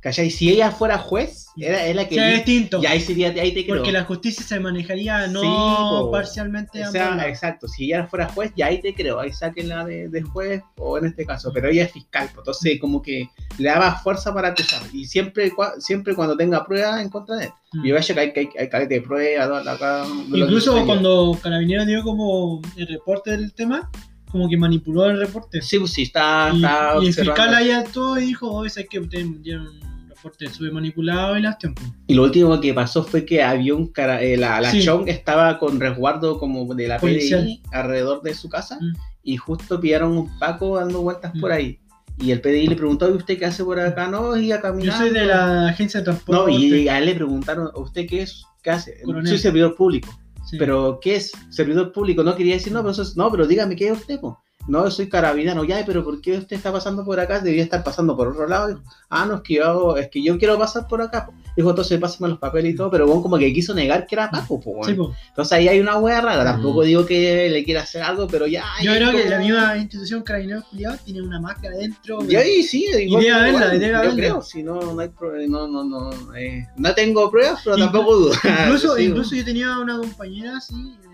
C: ¿Cachai? Si ella fuera juez, era, es la que...
A: O sea, es distinto.
C: y ahí sería, ahí te creo.
A: Porque la justicia se manejaría no
C: Sí, po.
A: parcialmente.
C: O
A: a
C: sea,
A: ambos lados.
C: exacto, si ella fuera juez, ya ahí te creo, ahí sáquenla de, de juez o en este caso, pero ella es fiscal, pues, entonces como que le daba fuerza para acusar y siempre, cua- siempre cuando tenga pruebas en contra de él.
A: Mm.
C: Y vaya que hay, que hay, hay caleta de pruebas, da- da acá, de lo que
A: Incluso
C: sucedió.
A: cuando Carabineros dio como el reporte del tema, como que manipuló el reporte.
C: Sí, pues, sí, está,
A: y,
C: está
A: y el
C: observando.
A: fiscal ahí actuó y dijo, oye, ¿sabes qué? Ustedes dieron un reporte súper manipulado y las tiempos.
C: Y lo último que pasó fue que había un cara, eh, la, la
A: Sí.
C: Chong estaba con resguardo como de la
A: Policial.
C: PDI alrededor de su casa
A: Mm.
C: y justo pillaron un Paco dando vueltas
A: Mm.
C: por ahí. Y el PDI le preguntó, ¿y usted qué hace por acá? No, y a caminar.
A: Yo soy de la agencia de transporte.
C: No, y a él le preguntaron, ¿a usted qué es? ¿Qué hace?
A: Coronel.
C: Soy servidor público.
A: Sí.
C: ¿Pero qué es servidor público? No quería decir, no, pero, eso es- no, pero dígame qué es usted, po? No, yo soy carabinero, ya, pero ¿por qué usted está pasando por acá? Debía estar pasando por otro lado. Ah, no, es que yo, hago- es que yo quiero pasar por acá. po. Dijo, entonces pásame los papeles y todo, pero bueno, como que quiso negar que era Paco, po,
A: Sí,
C: weón.
A: po.
C: Entonces ahí hay una wea rara.
B: Mm.
C: Tampoco digo que le quiera hacer algo, pero ya.
A: Yo
C: ya
A: creo que
C: como-
A: la misma institución Carabineros culiado tiene una máscara adentro.
C: Y ahí sí, igual-
A: debe haberla,
C: igual,
A: debe
C: yo
A: haberla.
C: creo, si no, no hay pro- no, no, no, eh, no tengo pruebas, pero
A: Inclu-
C: tampoco dudo. <laughs>
A: Incluso,
C: ah, Sí,
A: incluso yo tenía una compañera así, en-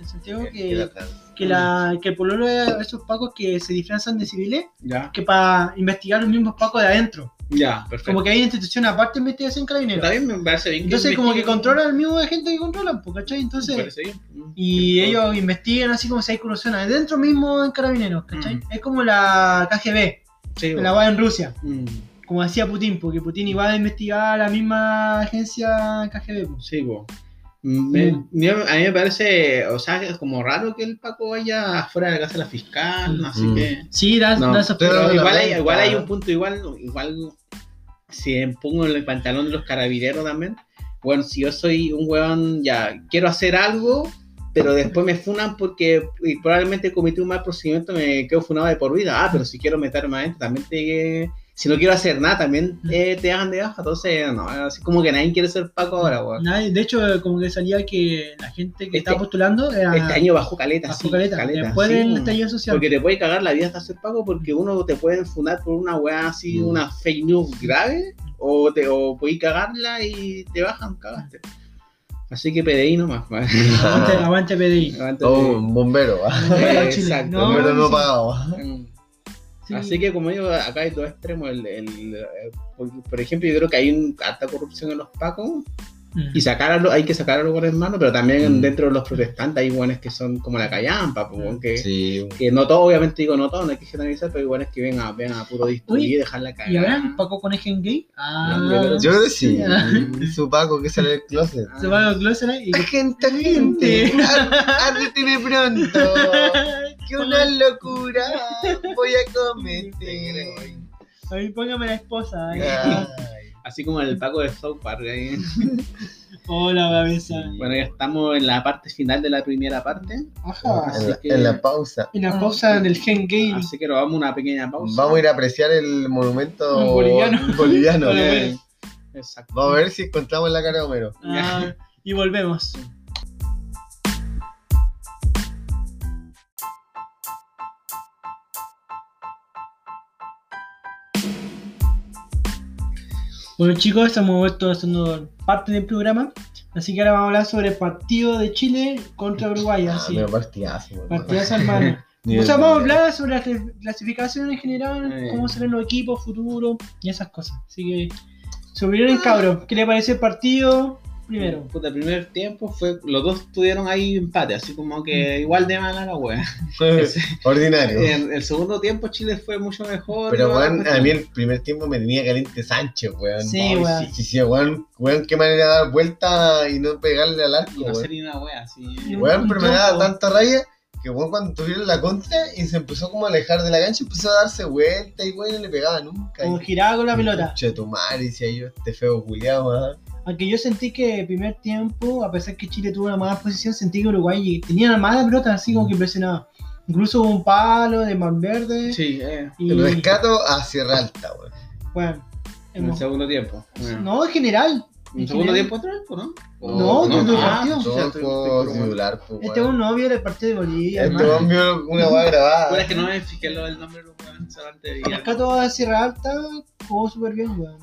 A: en Santiago,
B: Que la
A: que,
B: trans.
A: que,
C: Mm.
A: la, que el pueblo de esos pacos que se disfrazan de civiles,
C: Ya,
A: que para investigar los mismos pacos de adentro.
C: ya, perfecto.
A: Como que hay una institución aparte de investigación carabineros.
C: También me parece bien.
A: Entonces, como que
C: investiguen.
A: controlan el mismo de gente que controlan, po, ¿cachai?
C: Me
A: Entonces,
C: parece bien.
A: y
C: Mm.
A: ellos investigan así como si hay corrupción adentro mismo en carabineros, ¿cachai?
C: Mm.
A: Es como la KGB,
C: Sí,
A: la va en Rusia.
C: mm,
A: como hacía Putin, porque Putin iba a investigar a la misma agencia KGB. pues.
C: sí, po. Me-
A: Mm.
C: me- a mí me parece, o sea, es como raro que el Paco vaya afuera de la casa de la fiscal, así
B: Mm.
C: que.
A: Sí, da,
C: No,
A: da esa
B: pero-
A: prueba.
C: Pero
B: la
C: igual, hay,
B: renta.
C: igual hay un punto, igual, igual si me pongo en el pantalón de los carabineros también, bueno, si yo soy un huevón, ya quiero hacer algo, pero después me funan porque y probablemente cometí un mal procedimiento, me quedo funado de por vida. Ah, pero si quiero meterme adentro, también te... Si no quiero hacer nada, también eh, te hagan de baja. Entonces, no, así como que nadie quiere ser Paco ahora, weón.
A: Nadie- de hecho, eh, como que salía que la gente que
C: Este-
A: estaba postulando era
C: Este año bajó caleta,
A: bajo
C: sí,
A: caleta,
C: caleta,
A: después este
C: sí.
A: del estallido social.
C: Porque te puede cagar la vida hasta ser pago porque uno te puede fundar por una weá así,
B: Mm.
C: una fake news grave, o te o puede cagarla y te bajan, cagaste. Así que PDI
A: <laughs>
C: nomás, weón.
A: Aguante,
B: <laughs>
C: Ah.
A: aguante PDI.
C: Antes
B: Oh, un bombero. ah.
A: Aguante Chile.
C: exacto.
A: No,
B: bombero no
A: sí.
B: pagado.
C: Mm.
A: Sí.
C: Así que como digo, acá hay dos extremos. El, el- eh, por- por ejemplo, yo creo que hay un, harta corrupción en los pacos
A: Mm.
C: y sacar a los- hay que sacar a los buenos hermanos, pero también
B: Mm.
C: dentro de los protestantes hay buenos que son como la callampa, po, weón, que,
B: Sí.
C: que no todo, obviamente digo no todo, no hay que generalizar, pero igual es que vengan a, vengan a puro destruir y dejar la
A: ¿Y
C: cagada.
A: ahora Paco con Ejen gay? Ah,
C: No, yo creo
B: Yo creo
A: <laughs>
B: que sí.
C: Sí.
B: Su Paco que sale del closet.
C: Ah,
A: se va a los glosses y. <laughs>
B: Agente,
A: agente.
B: Ándeteme pronto. ¡Qué
A: <laughs>
B: una locura! Voy a cometer.
A: A mí póngame la esposa. ahí.
B: Ay,
C: Así como el Paco de South Park. ahí.
A: Hola,
B: sí.
A: babesa.
C: Bueno, ya estamos en la parte final de la primera parte.
A: Ajá.
B: En la,
C: que-
B: en la pausa.
A: Y la pausa del gen gay.
C: Así que nos vamos a una pequeña pausa.
B: Vamos a ir a apreciar el monumento
A: Boliviano.
B: <laughs> boliviano.
A: Bueno,
B: Eh,
A: bueno.
C: Exacto.
B: Vamos a ver si encontramos la cara de Homero.
A: Ah, y volvemos. Bueno chicos, estamos vuelto haciendo parte del programa, así que ahora vamos a hablar sobre el partido de Chile contra Uruguay,
B: Ah,
A: así.
B: pero partidazo, weón. <laughs>
A: Partidazo hermano.
B: Ni
A: O sea,
B: el-
A: vamos a hablar sobre la cl- clasificación en general,
C: Eh.
A: cómo serán los equipos futuros y esas cosas. Así que, su opinión, cabros, ¿qué le parece el partido? Primero.
C: Puta, Pues, el primer tiempo fue. Los dos tuvieron ahí empate, así como
A: Mm.
C: que igual de mala la wea.
B: <laughs> Ordinario.
C: En el segundo tiempo Chile fue mucho mejor.
B: Pero,
C: ¿no?
B: weón, a mí el primer tiempo me tenía caliente Sánchez, weón.
A: Sí,
B: Ay,
A: weón.
B: Sí, sí, weón. Weón, qué manera de dar vuelta y no pegarle al arco,
C: Y no
B: weón.
C: hacer ni una wea así. ¿eh?
A: Y un-
B: Weón, pero me
A: un
B: daba
A: trompo.
B: tanta raya que weón cuando tuvieron la contra y se empezó como a alejar de la cancha, empezó a darse vuelta y weón no le pegaba nunca.
A: Como giraba con la pelota.
B: Che, tu madre, decía yo, este feo culiado, weón.
A: Aunque yo sentí que el primer tiempo, a pesar que Chile tuvo una mala posición, sentí que Uruguay tenía una mala pelota, así como que presionaba. Incluso hubo un palo de Manverde.
C: Sí, eh.
A: y,
B: El rescato a Sierra Alta, weón.
A: bueno,
C: En el segundo tiempo. Bueno.
A: No, en general.
C: ¿En el segundo tiempo otra vez, po, no?
A: No,
C: no,
A: cuando el
C: ah,
A: partido.
B: Todo
C: ya estoy-
B: juego
C: estoy
B: celular, pues,
A: Este es
B: weón.
A: un novio del partido de Bolivia.
B: Este
A: hermano.
B: weón vio una weá
C: Puta, Ah, pues
B: grabada.
C: es que no me fijé lo del nombre de los weones, solamente vi el-
A: Acá todo a Sierra Alta jugó súper bien, weón.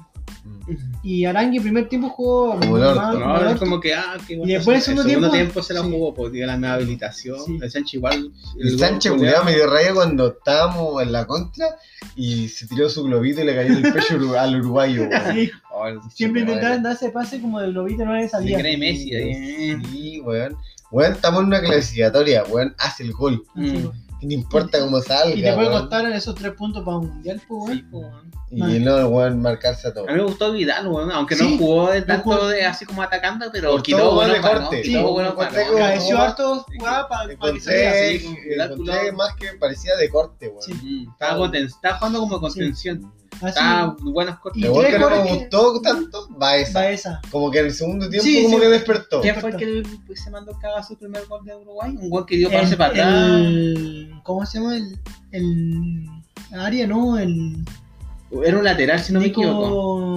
B: Mm.
A: Y Arangui el primer tiempo jugó
B: Como el orto.
A: mal,
C: No,
A: mal.
C: es como que, ah, qué bueno.
A: Y después el segundo tiempo-
C: se la
A: sí.
C: jugó, pues, dio la nueva habilitación.
A: Sí.
C: El Sánchez igual.
B: El Sánchez, culiado, me dio raya cuando estábamos en la contra y se tiró su globito y le cayó en el pecho uru- al uruguayo, weón.
A: Sí,
C: Oh, el-
A: siempre
B: Madre.
A: intentaban darse pase como de globito no le
C: Se
A: salía.
C: cree Messi ahí.
B: Sí, weón. Weón, estamos en una clasificatoria, weón. Hace el gol.
A: Así,
C: Mm.
A: weón.
B: No importa cómo salga.
A: Y te puede
B: weón.
A: costar esos tres puntos para un mundial, pues,
C: Sí,
A: weón.
C: po, weón.
B: Y no, weón, marcarse a todos.
C: A mí me gustó Vidal, weón, aunque
A: Sí.
C: no jugó de tanto
A: jugó-
C: de así como atacando, pero
B: Cortó
C: quitó
B: buenos
C: buenos
B: cortes.
C: balones,
A: Sí.
C: quitó buenos
B: Cortó
C: balones.
B: como-
A: Agradeció harto jugada para que saliera.
B: Encontré,
C: así, como
B: encontré
C: cuidado.
B: más que parecía de corte, weón.
A: Sí.
C: Mm, Estaba, conten- estaba jugando como contención.
A: Así,
C: Estaba buenos cortes.
A: Y
B: El gol
A: tres
B: que no me
A: goles que-
B: gustó tanto, va esa.
A: va esa.
B: Como que en el segundo tiempo
A: Sí,
B: como
A: sí.
B: que despertó.
C: ¿Quién fue el que pues, se mandó a su primer gol de Uruguay? Un gol que dio pase
A: El-
C: para atrás.
A: el- ¿Cómo se llama? El, el área, ¿no? El
C: Era un lateral, si no me equivoco.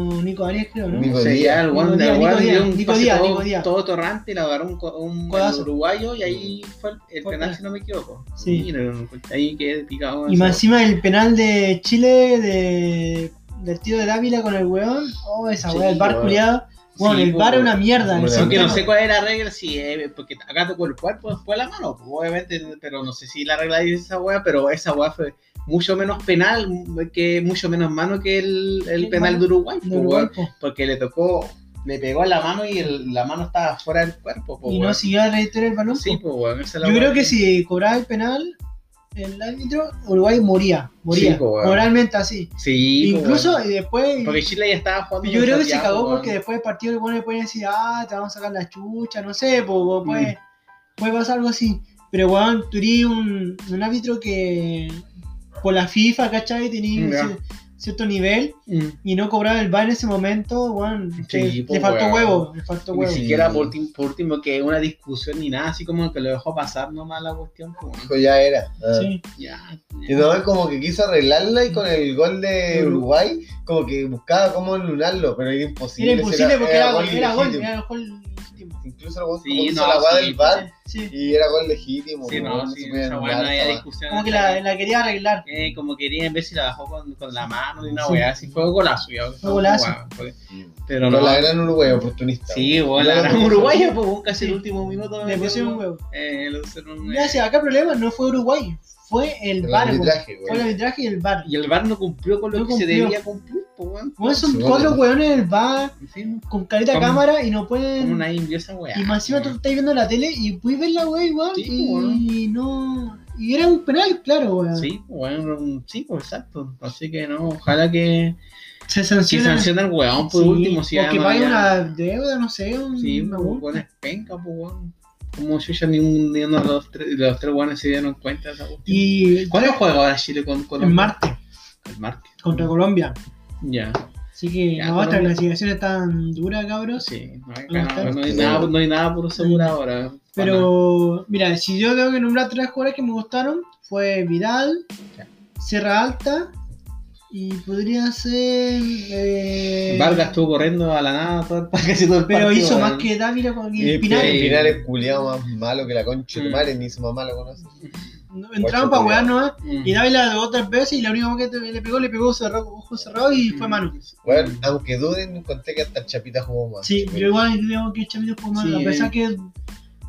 A: Nico, Nico Arias, creo, ¿no?
B: Nico
C: Sí,
B: Díaz.
C: ya, el
A: Nico
C: Wanda,
A: Díaz,
C: Wanda
A: Nico
C: dio
A: Díaz,
C: un
A: Nico
C: pase
A: Díaz,
C: todo-
A: Nico Díaz.
C: Todo torrante y le agarró un, co- un
A: Codazo.
C: uruguayo y ahí fue el, el
A: Fue
C: penal,
A: penal.
C: si no me equivoco.
A: Sí.
C: Mira, ahí quedé picado.
A: Y más encima el penal de Chile de, del tío de Dávila con el weón. Oh, esa
C: Sí,
A: weá, el bar
C: weón.
A: culiado. Bueno,
C: Sí,
A: el bar es
C: weón.
A: una mierda. el
B: Weón.
C: Aunque pues, no
A: sistema.
C: sé cuál es la regla, si eh, porque acá tocó el cuerpo, fue la mano, pues, obviamente, pero no sé si la regla dice esa weá, pero esa weá fue mucho menos penal, que mucho menos mano que el, el
A: Sí,
C: penal
A: mano.
C: de Uruguay,
A: de
C: po,
A: Uruguay,
C: weón,
A: po.
C: porque le tocó, le pegó a la mano y el- la mano estaba fuera del cuerpo. po,
A: Y no
C: weón.
A: siguió a trayectoria el balón.
C: Sí,
A: po.
C: po, weón, esa es la
A: Yo
C: weá.
A: creo que si cobraba el penal el árbitro, Uruguay moría. Moría.
C: Sí, po, weón.
A: Moralmente así.
C: Sí, po,
A: Incluso
C: weón.
A: y después.
C: Porque Chile ya estaba jugando.
A: Yo creo que
C: contra
A: se
C: ya,
A: cagó
C: po, weón.
A: porque después del partido el weón le pueden decir, ah, te vamos a sacar la chucha, no sé, po, po,
C: Mm.
A: puede, puede pasar algo así. Pero weón, tú eres un, un árbitro que por la FIFA, ¿cachai? Tenía un
C: Ya.
A: cier- cierto nivel
C: Mm.
A: y no cobraba el bar en ese momento, weón. te-
C: Sí, po,
A: le faltó
C: weón.
A: huevo, le faltó
C: Ni
A: huevo.
C: siquiera por último, por último que una discusión ni nada, así como que lo dejó pasar nomás la cuestión. po, weón.
B: Dijo, ya era. Ah.
A: Sí.
C: Ya.
B: Y no, como que quiso arreglarla y con el gol de Uruguay, como que buscaba cómo anularlo, pero era imposible.
A: Era imposible porque era,
B: gol
A: era gol,
B: legítimo.
A: era gol legítimo.
B: Incluso el gol
C: Sí,
B: como hizo
C: no,
B: la guada
C: sí,
B: del VAR
A: Sí.
B: y era gol legítimo.
C: Sí,
B: weón,
C: no,
B: se
C: sí,
B: puede
C: esa
B: anular
C: weá no había
B: esa weá.
C: discusión.
A: Como que la, la quería arreglar.
C: Eh, como querían ver si la bajó con, con la mano y una
A: Sí.
C: weá, así fue golazo. ya,
A: Fue golazo.
C: weón, porque-
B: Sí.
C: Pero
B: Pero
C: no.
B: la gran Uruguay, oportunista.
C: Sí,
B: weón.
C: bueno,
B: No,
C: la gran
B: no,
C: uruguaya, pues weón, casi
A: Sí.
C: el último minuto.
A: Le pusieron un huevo.
C: Eh, le pusieron un-
A: Gracias, acá el problema no fue Uruguay, fue el
B: El
A: bar. weón.
B: arbitraje,
A: Fue el
B: weón.
A: arbitraje y el bar.
C: Y el VAR no cumplió con lo
A: No
C: que se
A: cumplió.
C: debía cumplir, pues weón.
A: Bueno, son
B: Sí,
A: cuatro
B: bueno.
A: hueones en el bar
C: Sí,
A: con careta a
C: Como-
A: cámara y no pueden.
C: como una indio esa weá.
A: Y más encima tú estás viendo la tele y puedes ver la wea igual.
C: Sí, pues,
A: y no. Y era un penal, claro, weón.
C: Sí, bueno, un- sí, pues, exacto. Así que no, ojalá que,
A: Se
C: que
A: sanciona.
C: sancione al weón por
A: Sí,
C: último. Si
A: o que
C: ya no
A: pague
C: haya-
A: una deuda, no sé, un,
C: Sí,
A: una
C: pues,
A: multa.
C: weón, es penca, pues weón. Como yo ya ningún ni uno de los tres, de los tres weones se dieron cuenta de esa cuestión.
A: Y
C: ¿Cuándo juega ahora Chile con Colombia?
A: en Marte,
C: El martes.
A: contra Colombia.
C: Ya.
A: Así que
C: Ya,
A: no, esta
C: Colombia.
A: clasificación es tan dura, cabros.
C: Sí, no hay,
A: Ah, está.
C: no, no hay nada, no hay nada por asegurar ahora.
A: Pero, mira, si yo tengo que nombrar tres jugadores que me gustaron, fue Vidal,
C: Ya.
A: Sierra Alta y podría ser. eh,
C: Vargas estuvo corriendo a la nada todo el, <laughs> casi todo el
A: Pero
C: partido, eh,
A: hizo
C: weón.
A: más que Dávila con
B: Y
A: y
C: pues,
B: el Pinar
A: Pinal.
C: Pinales.
B: es culiado más malo que la concha de tu
C: Mm.
B: madre, ni su mamá lo conoce.
A: Entraron para wear nomás.
C: Mm.
A: Y Dávila de tres veces y la única que te- le pegó, le pegó cerrado, ojo cerrado y
C: Mm,
A: fue mano.
B: Bueno, aunque duden, conté que hasta el Chapita jugó más.
A: Sí, yo igual creo que Chavito fue mano,
C: Sí,
A: a pesar
C: eh.
A: que,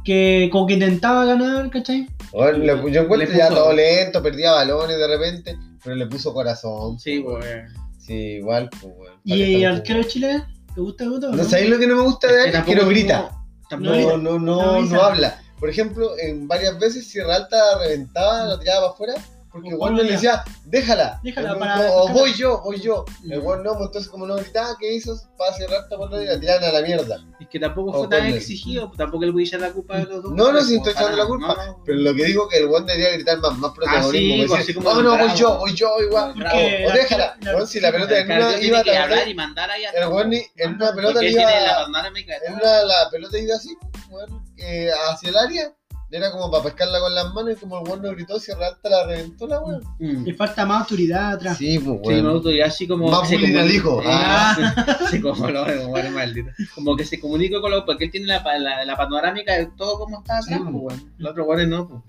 A: que como que intentaba ganar, ¿cachai?
B: Bueno, le- yo encuentro
C: Le
B: ya
C: puso-
B: todo lento, perdía balones de repente, pero le puso corazón.
C: Sí, pues, eh.
B: po, weón.
C: weón.
B: Sí, igual, pues, weón.
A: Y el
B: Para que
A: arquero
B: estamos-
A: chileno, ¿te gusta el gusto?
B: No sabéis lo que no me gusta de
C: Es que
B: él, que
C: Eh, tampoco
B: no grita.
C: tuvo-
B: No,
C: tampoco-
B: no,
A: grita.
B: no,
A: No
B: no,
A: grita.
B: habla. Por ejemplo, en varias veces Sierra Alta reventaba,
C: Mm.
B: la tiraba para afuera, porque
A: O-
B: igual le
A: o-
B: decía, déjala.
A: Déjala
B: o,
A: para-
B: o voy yo, voy yo. El
C: Mm.
B: weón no, pues, entonces como no gritaba, ¿qué hizo? Para Sierra Alta, por la tiraban a la mierda.
C: Es que tampoco
B: O
C: fue tan
B: Conde.
C: exigido, tampoco le voy a echar la culpa de los dos.
B: No, no,
C: goles,
B: sí,
C: como
B: estoy echando
C: para-
B: la culpa.
C: no.
B: Pero lo que digo que el weón debería gritar más, más protagonismo.
C: sí,
B: como
C: pues,
B: decir,
C: así como
B: no, no, voy
C: bravo.
B: yo, voy yo, igual.
C: Bravo.
A: Porque
B: O déjala.
A: la-
B: Weón, si la pelota en
C: El
B: una
C: Carlos
B: iba
C: tiene que
B: a
C: hablar y mandar ahí a
B: el weón ni- en una pelota
C: Porque
B: le
C: él tiene la
B: iba
C: bandana meca-
B: en una la pelota iba así, weón, eh, hacia el área Era como para pescarla con las manos y como el weón no gritó, si realmente la reventó la weón.
C: Mm.
A: Le falta más autoridad atrás.
B: Sí, pues
C: Sí, me
B: weón.
C: gusta, y así como.
B: Más
C: se
B: bullying al
C: comunica-
B: hijo.
C: Eh,
A: Ah.
C: <laughs> se- se como lo- lo- bueno, maldito. Como que se comunica con los. Porque él tiene la, pa- la, la panorámica de todo como está atrás,
B: Sí,
C: pues,
B: po.
C: bueno. Los otros guanes no, pues.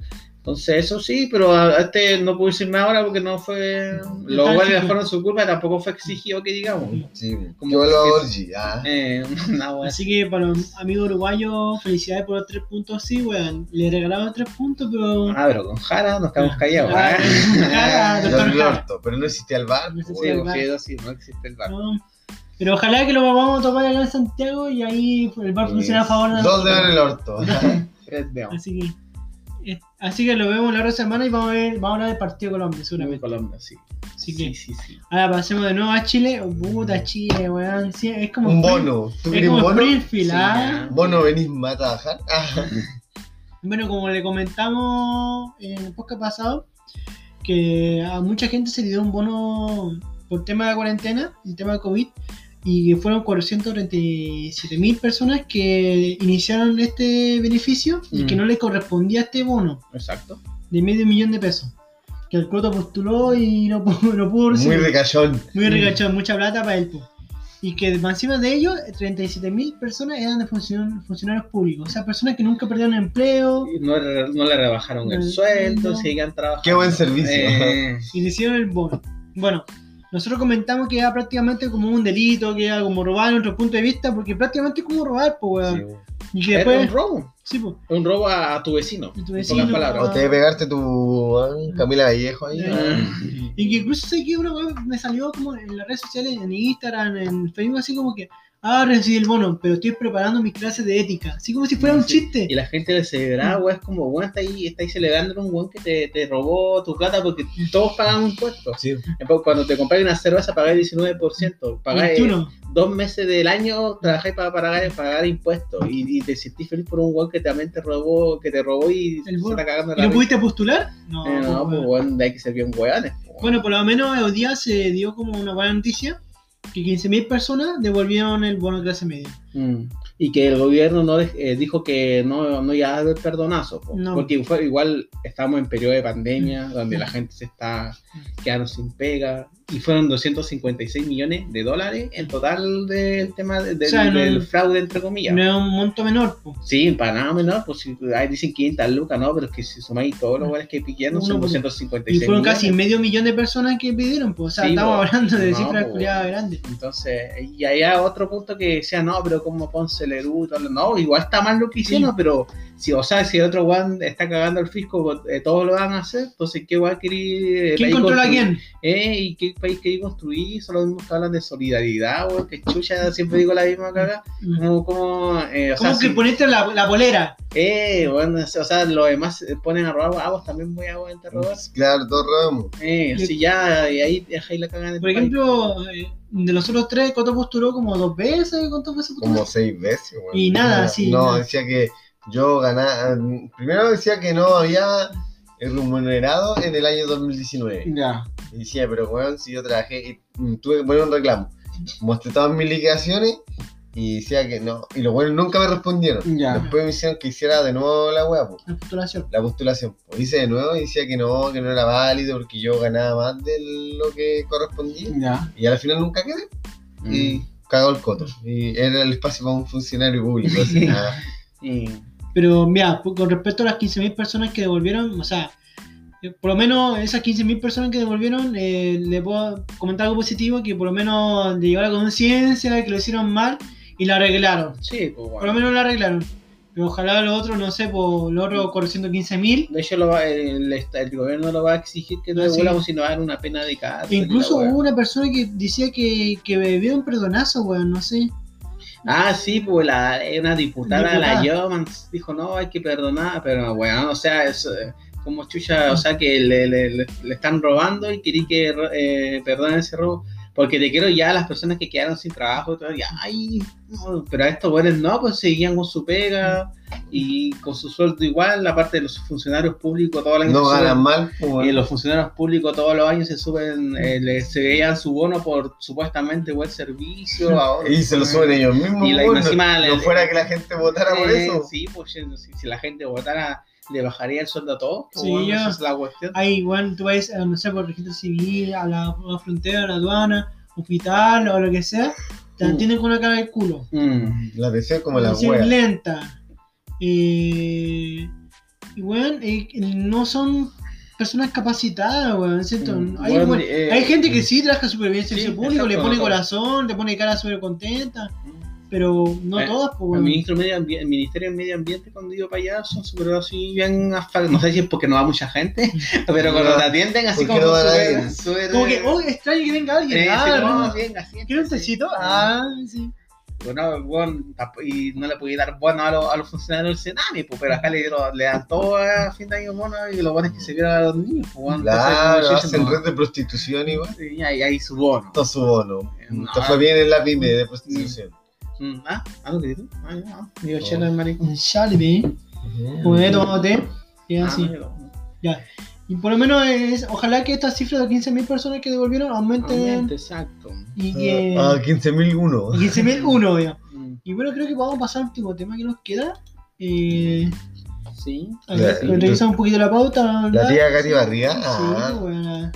C: Entonces, eso sí, pero a a este no pudo irse más ahora porque no fue. Los
A: Tan
C: guanes
A: exigido.
C: fueron su culpa, tampoco fue exigido que digamos.
B: Sí,
C: Como
B: como yo lo
C: que-
B: orgy, ah.
C: Eh, <laughs> una
B: Pues,
C: wea así.
A: Así que para los amigos uruguayos, felicidades por los tres puntos. Sí, weón. Le regalaron tres puntos, pero.
C: Ah, pero con Jara nos quedamos callados. ¿eh?
A: Ah, con
C: <laughs>
A: Jara,
C: Ah,
B: Don
A: doctor Jara.
B: Lorto, pero no existía el bar.
A: No
B: pues,
A: existía
C: Sí,
B: weón.
A: el bar.
C: sí, sí, no existe
B: Ah.
C: el bar.
A: no. Pero ojalá que lo vamos a topar acá en Santiago y ahí el bar funciona a favor de
B: Pues, Dos dedos en el orto.
C: Tres de once.
A: Así que. eh, Así que lo vemos la otra semana y vamos a ver, vamos a hablar del partido Colombia, seguramente.
C: Colombia, sí.
A: Así que.
C: Sí, sí, sí.
A: Ahora pasemos de nuevo a Chile. Oh, puta Chile, weón. Sí, es como.
B: Un bono. ¿Tú
A: Es
B: querés un
A: como
B: bono?
A: Springfield,
C: Sí,
A: ah.
C: ya.
B: Bono, venís más a trabajar. Ah,
A: Bueno, como le comentamos en el podcast pasado, que a mucha gente se le dio un bono por tema de cuarentena, el tema de COVID, y fueron 437 mil personas que iniciaron este beneficio y
C: Mm.
A: que no les correspondía este bono
C: Exacto.
A: de medio millón de pesos. Que el Cloto postuló y no, pu- no pudo
B: Muy
A: recibir.
B: recallón.
A: Muy recachón, mucha plata para él. po. Y que encima de ellos, 37.000 personas eran de funcion- funcionarios públicos. O sea, personas que nunca perdieron empleo
C: Y No, re- no le rebajaron el
A: No,
C: sueldo,
A: no.
C: sigan trabajando.
B: Qué buen servicio. <laughs>
C: Eh,
A: y le hicieron el bono. Bueno, nosotros comentamos que era prácticamente como un delito, que era como robar en otro punto de vista, porque prácticamente es como robar, pues,
C: sí,
A: weón.
C: bueno.
A: Y que
C: Era
A: después,
C: un robo.
A: sí, po.
C: Un robo a, a tu vecino.
A: A tu
C: en
A: vecino,
C: pocas
B: O
C: palabras.
B: te pegaste tu ah, Camila Vallejo ahí.
A: Ya.
B: ah.
C: Mm.
A: Y que incluso sé que una weá me salió como en las redes sociales, en Instagram, en Facebook, así como que, ah, recibí el bono, pero estoy preparando mis clases de ética. Así como si fuera un
C: Sí.
A: chiste.
C: Y la gente le celebraba, weón, es como, weón, está ahí, está ahí celebrando un weón que te, te robó tu plata porque todos pagamos impuestos.
B: Sí.
C: En poco, Cuando te compras una cerveza pagáis 19%, pagáis
A: 21.
C: dos meses del año trabajáis para pagar, pagar impuestos y, y te sentís feliz por un weón que también te robó, que te robó y se
A: El bono.
C: está cagando
A: ¿Y
C: la
A: no
C: vida.
A: pudiste postular? No,
C: Eh, no,
A: po,
C: pues
A: weón.
C: weón, hay que ser bien weones. po, weón.
A: Bueno, por lo menos hoy día se dio como una buena noticia que 15.000 personas devolvieron el bono de clase media.
C: Mm. Y que el gobierno no dej- eh, dijo que no, no iba a dar el perdonazo, po.
A: No. Mm.
C: porque fue- igual estamos en periodo de pandemia, donde la gente se está quedando sin pega, y fueron 256 millones de dólares en total del tema de- de-
A: O sea, no-
C: del fraude, entre comillas.
A: No es un monto menor, po.
C: Sí, para nada menor, pues si ahí dicen 500 lucas, no, pero es que si sumáis todos los goles que pillaron
A: Uno
C: son
A: por-
C: 256
A: Y fueron
C: millones.
A: casi medio millón de personas que pidieron, po. O sea,
C: Sí,
A: estamos
C: po.
A: hablando de
C: No,
A: cifras
C: po.
A: culiadas grandes.
C: Entonces, y allá otro punto que decía, no, pero como Ponce Lerú, todo lo- no, igual está mal lo que hicieron,
A: Sí.
C: pero si, o sea, si el otro guan está cagando el fisco, eh, todos lo van a hacer, entonces, ¿qué guan quería
A: ¿Quién controla a quién?
C: ¿Eh? ¿Y qué país quería construir? Son los mismos que hablan de solidaridad, o que chucha, siempre digo la misma caga.
A: Mm.
C: Como, como, eh, o sea,
A: ¿Cómo que
C: si-
A: poniste la, la polera?
C: Eh, bueno, o sea, los demás se ponen a robar, ah, vos también voy a volver a robar.
B: Claro, todos robamos.
C: Eh,
A: Yo-
C: si ya, y ahí dejáis la cagada en el
A: Por ejemplo, eh, de los otros tres, Coto postuló como dos veces, ¿cuántas veces postuló?
B: Como seis veces, weón.
A: Y nada,
B: No,
A: sí,
B: No,
A: nada.
B: decía que yo ganaba. Primero decía que no había remunerado en el año 2019.
C: país. Ya.
B: Y decía, pero weón, si yo trabajé y mm, tuve que poner un reclamo. Mostré todas mis liquidaciones y decía que no. Y los buenos nunca me respondieron.
C: Ya.
B: Después me hicieron que hiciera de nuevo la weá, po,
A: La postulación.
B: la postulación. Po. Hice de nuevo y decía que no, que no era válido porque yo ganaba más de lo que correspondía.
C: Ya.
B: Y al final nunca quedé.
C: Y,
B: Y cagó el coto. Y era el espacio para un funcionario público.
C: <laughs>
B: así, nada.
C: y-
A: Pero mira, po- con respecto a las 15.000 personas que devolvieron, o sea, eh, por lo menos esas 15.000 personas que devolvieron, eh, le puedo comentar algo positivo, que por lo menos le llegó la conciencia de que lo hicieron mal y la arreglaron.
C: sí,
A: Por
C: pues
A: lo
C: bueno.
A: menos la arreglaron. Pero ojalá los otros, no sé, por los otros 415.000.
C: De hecho, lo va- el, el- el gobierno lo va a exigir que no
A: Ah, sí.
C: devuelvan si no van a dar una pena de cárcel. y la
A: Incluso
C: weá.
A: hubo una persona que decía que, que bebió un perdonazo, weón, no sé.
C: Ah, sí, pues la, eh, una diputada,
A: Diputada.
C: la Jomans, dijo, no, hay que perdonar, pero bueno, o sea, es eh, como chucha, o sea, que le, le- le- le están robando y querí que eh, perdonen ese robo. Porque te quiero ya las personas que quedaron sin trabajo, y todo, ya, ay, no, pero a estos buenos no, pues seguían con su pega y con su sueldo igual, la parte de los funcionarios públicos, toda la
B: No ganan mal, po,
C: Y
B: weón.
C: eh, los funcionarios públicos todos los años se suben, eh, le- se veían su bono por supuestamente buen servicio. ahora-
B: Y se lo suben ellos mismos.
C: Y la-
B: weón.
C: encima la-
B: no fuera que la gente votara por
C: Eh,
B: eso.
C: Sí, pues si, si la gente votara le bajaría el sueldo a todos. pues,
A: Sí,
C: Bueno,
A: yo-
C: esa es la cuestión.
A: Ahí igual tú vas, a, no sé, por registro civil, a la, a la frontera, a la aduana, hospital o lo que sea, te
C: Mm.
A: tienen con una cara de culo.
C: Mm.
B: La DC como la
A: Conducción
B: wea.
A: lenta. Eh, y weón, eh, no son personas capacitadas, weón, ¿cierto?
C: Mm.
A: Hay,
C: Bueno,
A: weón,
C: eh,
A: hay gente que sí trabaja súper bien en servicio
C: sí,
A: público, le
C: exacto,
A: pone
C: no todas.
A: corazón, le pone cara súper contenta, pero no
C: Eh,
A: todas, pues,
C: El,
A: weón.
C: ministro medio ambi- el Ministerio del Medio Ambiente, cuando digo para allá, son súper así, bien afal- No sé si es porque no va
A: <laughs>
C: mucha gente, <laughs> pero cuando
B: No.
C: te atienden, así
B: ¿Por
C: como
B: qué no va
C: súper-
B: nadie?
C: súper-
A: Como que, oh, extraño que venga alguien.
C: eh,
A: ah,
C: sí,
A: no.
C: no, bien, así.
A: ¿Quieres un tecito? Ah, sí.
C: Bueno, bueno, tampo- y no le podía dar bono a, los- a los funcionarios del Sename, pues, pero acá le, dieron- le dan todo a fin de año bono y lo bueno es que se vieron a los niños. Pues, bueno,
B: Claro,
C: entonces,
B: hacen
C: no,
B: red de prostitución igual.
C: y ahí, ahí su bono.
B: Todo su bono.
C: No.
B: Te fue bien en la pyme de prostitución.
C: Mm, Ah, algo que dices. Ah, ya, ah, digo,
B: No.
C: chela, maricón.
A: Un Shalibi. ¿eh? Como he tomado té. Y
C: Ah,
A: así.
C: pero-
A: Y por lo menos es, ojalá que esta cifra de 15.000 personas que devolvieron aumenten.
C: Obviamente, Exacto.
A: Y que.
B: Ah, 15.001.
A: 15.001, vea.
C: Mm,
A: Y bueno, creo que vamos a pasar al último tema que nos queda. Eh,
C: Sí.
A: a
B: La-
A: ver, revisamos un poquito la pauta.
B: La
A: ¿verdad?
B: tía Gary Barriga.
A: Sí,
B: Ah.
A: bueno.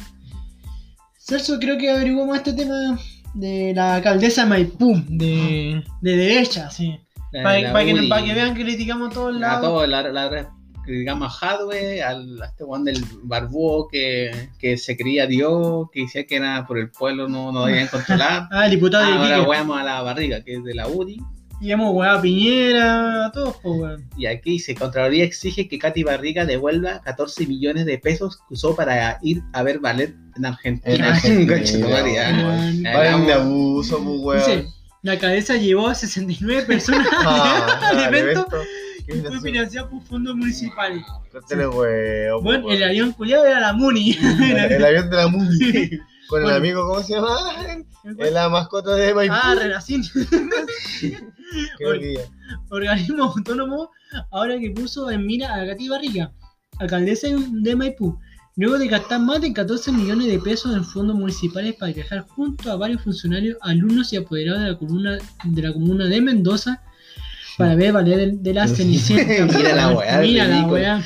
A: Celso, creo que averiguamos este tema de la alcaldesa de Maipú, de, de derecha, sí.
C: La-
A: Para,
C: la
A: para que,
C: Uri.
A: para que vean que criticamos a todos
C: A
A: lados.
C: todo, la, la, la- que digamos a Hadwe, al, a este Juan del Barbudo que, que se creía Dios, que decía que era por el pueblo, no, no debían
A: <laughs>
C: controlar.
A: Ah, el diputado de
C: Ahora
A: Iquique.
C: weamos a la barriga, que es de la UDI.
A: Y hemos weado a Piñera, a todos, pues, weón.
C: Y aquí dice, Contraloría exige que Katy Barriga devuelva 14 millones de pesos que usó para ir a ver ballet en
B: En
C: Argentina.
B: Argentina.
C: <laughs> Concha tu madre, ya.
A: Weón.
C: Ya,
B: Paren de
C: ya,
B: abuso, pues
A: Dice,
B: weón.
A: la cabeza llevó a 69 personas
B: <laughs>
A: <laughs>
C: <laughs>
B: Ah,
A: al
B: al
A: evento
B: Qué
A: y fue
B: gracioso.
A: financiado por fondos municipales.
B: Córtale, weón,
A: Bueno,
B: pues,
A: el
B: weón.
A: avión culiado era la Muni. <laughs>
B: El avión de la Mundi. Con el
A: Bueno.
B: amigo, ¿cómo se llama? Es la mascota de Maipú.
A: Ah, Renacín.
B: <laughs> Qué
A: bueno.
B: día.
A: organismo <laughs> autónomo ahora que puso en mira a Katy Barriga, alcaldesa de Maipú, luego de gastar más de 14 millones de pesos en fondos municipales para viajar junto a varios funcionarios, alumnos y apoderados de la comuna de, la comuna de Mendoza para ver valer de, de la Cenicienta.
C: <laughs> Mira la weá,
A: Mira la
C: ridículo.
A: weá.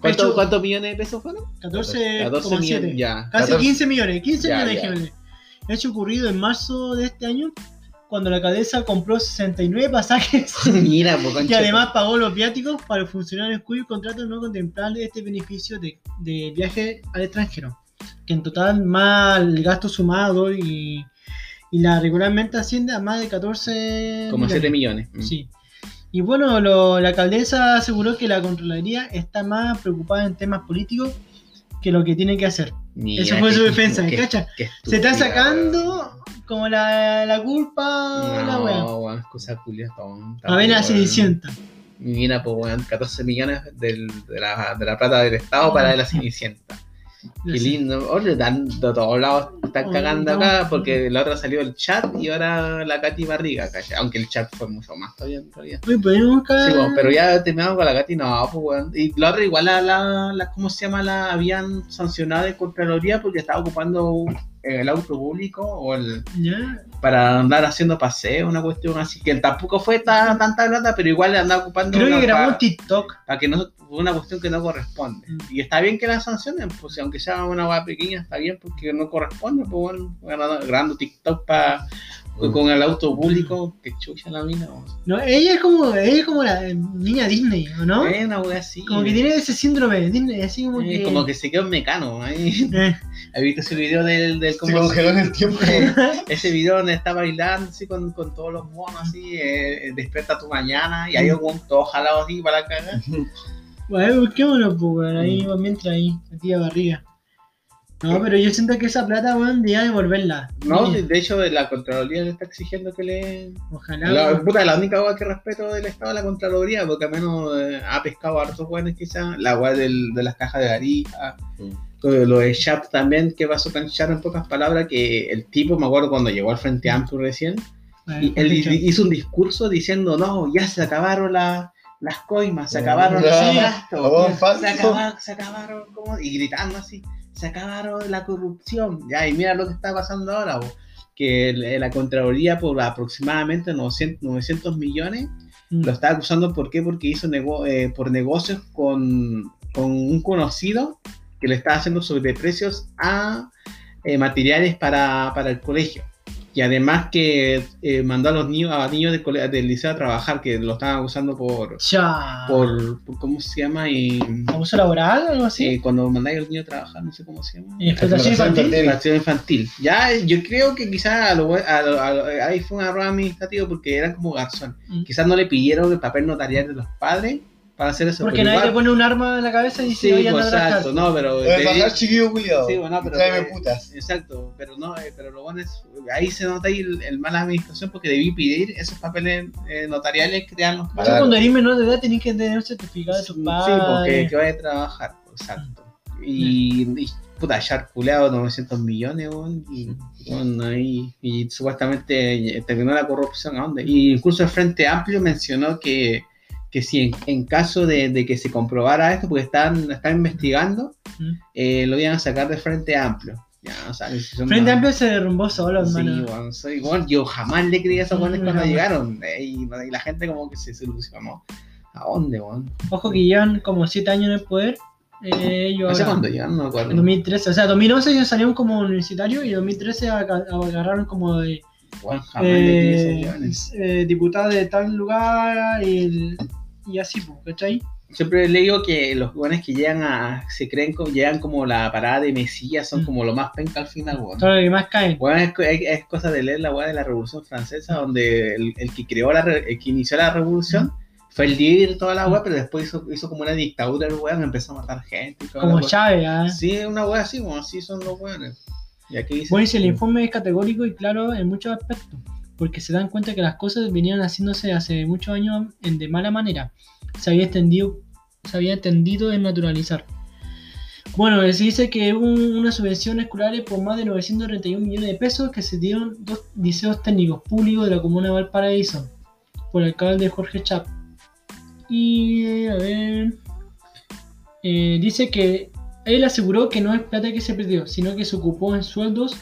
C: ¿Cuánto-
A: Pecho-
C: ¿Cuántos millones de pesos fueron?
A: 14,7.
C: 14 millones, ya.
A: Casi
B: 14.
A: 15 millones, 15
C: Ya,
A: millones de
C: ya.
A: dólares. Hecho ocurrido en marzo de este año, cuando la alcaldesa compró 69
C: <laughs>
A: pasajes
C: Mira, pues,
A: y
C: concha
A: además pagó los viáticos para los funcionarios cuyos contratos no contemplaban este beneficio de, de viaje al extranjero. Que en total, más el gasto sumado y, y la regularmente asciende a más de 14
C: Como 7
A: millones.
C: millones.
A: Sí. Y bueno, lo- la alcaldesa aseguró que la Contraloría está más preocupada en temas políticos que lo que tiene que hacer.
C: Mira,
A: Eso fue
C: qué-
A: su defensa,
C: qué-
A: ¿cacha?
C: qué
A: Se está
C: estúpida,
A: sacando como la, la culpa,
C: weón.
A: la wea.
C: No, weón, excusa culia tonta.
A: A ver la
C: weón.
A: Cenicienta.
C: Mira, pues, weón, 14 millones del- de, la, de la plata del Estado para la Cenicienta. Qué lindo. Oye, dan- de todos lados están
A: Ay,
C: cagando
A: Oh, no.
C: acá porque la otra salió el chat y ahora la Katy Barriga, ¿cachai? Aunque el chat fue mucho más, está bien, está bien.
A: Uy, podemos buscar.
C: Sí, weón, pero
A: Mm.
C: ya terminamos con la Katy, no, pues, weón. Y la otra, igual, la, la, la- ¿cómo se llama? La habían sancionado de Contraloría porque estaba ocupando eh, el auto público o el,
A: Ya.
C: para andar haciendo paseo, una cuestión así, que tampoco fue tan, tanta plata, pero igual le andaba ocupando
A: Creo que grabó
C: para,
A: un TikTok.
C: que no, una cuestión que no corresponde.
A: Mm.
C: Y está bien que la sancionen, pues aunque sea una hueá pequeña, está bien porque no corresponde, pues bueno, grabando, grabando TikTok pa-
A: Mm.
C: con el auto público, que chucha la mina, vamos.
A: No, ella es como, ella es como la eh, niña Disney, ¿o no?
C: Eh, una hueá así.
A: Como que tiene ese síndrome de Disney, así como
C: eh,
A: que.
C: como que se quedó un mecano. ahí.
A: Eh,
C: <laughs> ¿Has visto ese video del, del
B: Se
C: cómo
B: congeló en el tiempo.
C: ese video donde está bailando así con, con todos los monos así, eh, eh, despierta tu mañana y ahí un todo jalado así para la cara.
A: a ver, busquémoslo, pues, weón,
C: Mm.
A: ahí, pues, mientras ahí, la tía barriga. No, pero yo siento que esa plata, weón, debería devolverla.
C: No,
A: Mira,
C: de de hecho la Contraloría le está exigiendo que le...
A: Ojalá.
C: La,
A: weón.
C: puta, la única hueá que respeto del Estado es la Contraloría, porque al menos eh, ha pescado a hartos hueones quizás, la hueá del- de las cajas de Arica,
B: Sí.
C: eh, lo de Chat también, que pasó con Chat en pocas palabras, que el tipo, me acuerdo cuando llegó al Frente Amplio recién,
A: A ver,
C: Y él
A: escucha.
C: hi- hizo un discurso diciendo, no, ya se acabaron la- las coimas, se acabaron
B: Ya,
C: los gastos,
B: vamos, falso.
C: se, acaba- se acabaron, como, y gritando así, se acabaron la corrupción, ya, y mira lo que está pasando ahora, bo, que el- la Contraloría por aproximadamente 900, 900 millones
A: Mm.
C: Lo estaba acusando, ¿por qué? Porque hizo nego- eh, por negocios con, con un conocido que le estaba haciendo sobreprecios a eh, materiales para, para el colegio. Y además que eh, mandó a los niños, a niños del, cole- del liceo a trabajar, que lo estaban acusando por,
A: Ya.
C: por, por- ¿cómo se llama? Y,
A: ¿Abuso laboral algo así?
C: eh, cuando mandáis a los niños a trabajar, no sé cómo se llama.
A: ¿Y explotación infantil?
C: Explotación infantil. Ya, eh, yo creo que quizás a lo, buen- a lo- a lo- eh, ahí fue un error administrativo porque eran como garzón.
A: Mm.
C: Quizás no le pidieron el papel notarial de los padres para hacer eso.
A: Porque
C: pero
A: nadie
C: igual-
A: le pone un arma en la cabeza y dice,
C: Sí,
A: oye, anda
C: pues,
A: a trabajar".
C: exacto, no, pero...
B: Voy
C: te-
B: a bajar Eh, chiquillo culiado.
C: Sí, bueno, pero-
B: Tráeme putas.
C: Exacto, pero no, eh, pero lo bueno es, ahí se nota ahí el, el mala administración porque debí pedir esos papeles eh, notariales que te dan los
A: Tú
B: Claro.
A: cuando eres menor de edad tenés que tener un certificado de
C: Sí,
A: tu padre.
C: porque que vaya a trabajar, exacto. Y, y, puta, ya arculado 900 millones, weón, y, bueno, ahí- y supuestamente eh, terminó la corrupción, ¿a dónde? Y incluso el Frente Amplio mencionó que, que si en, en caso de, de que se comprobara esto, porque están, están investigando,
A: Mm.
C: eh, lo iban a sacar del Frente Amplio. Ya, o sea, decisión
A: Frente
C: más-
A: Amplio se derrumbó solo,
C: Sí, pues,
A: hermano.
C: weón, soy igual. Yo jamás le creí a esos
A: Mm,
C: weones cuando
A: jamás.
C: llegaron. eh, y, y la gente como que se solucionó. ¿A dónde, weón?
A: Ojo que llevan como 7 años en el poder. Eh, ellos
C: No sé
A: ahora-
C: cuándo llegaron, no me acuerdo.
A: En 2013, o sea, 2011 ellos salieron como universitarios y en 2013 aga- agarraron como de
C: Weón, jamás le creí a esos
A: eh,
C: weones.
A: eh, diputado de tal lugar y, y así, pues, ¿cachai?
C: Siempre le digo que los weones que llegan a. se creen como. llegan como la parada de Mesías, son
A: Mm.
C: como lo más penca al final, weón.
A: Todo lo que más caen.
C: Weón, es, co- es- es cosa de leer la weá de la Revolución Francesa, donde el, el que creó la re- el que inició la revolución fue el líder toda la
A: Mm.
C: weá, pero después hizo, hizo como una dictadura el weón, empezó a matar gente y toda la
A: Como
C: weá.
A: Chávez, ¿ah?
C: Sí, es una wea así, como así son los weones. Y aquí dice.
A: Bueno, dice, el informe es categórico y claro en muchos aspectos, porque se dan cuenta que las cosas vinieron haciéndose hace muchos años en, de mala manera. Se había extendido, se había tendido en naturalizar. Bueno, se dice que hubo unas subvenciones escolares por más de 931 millones de pesos que se dieron dos liceos técnicos públicos de la comuna de Valparaíso por el alcalde Jorge Chap. Y a ver. eh, dice que él aseguró que no es plata que se perdió, sino que se ocupó en sueldos,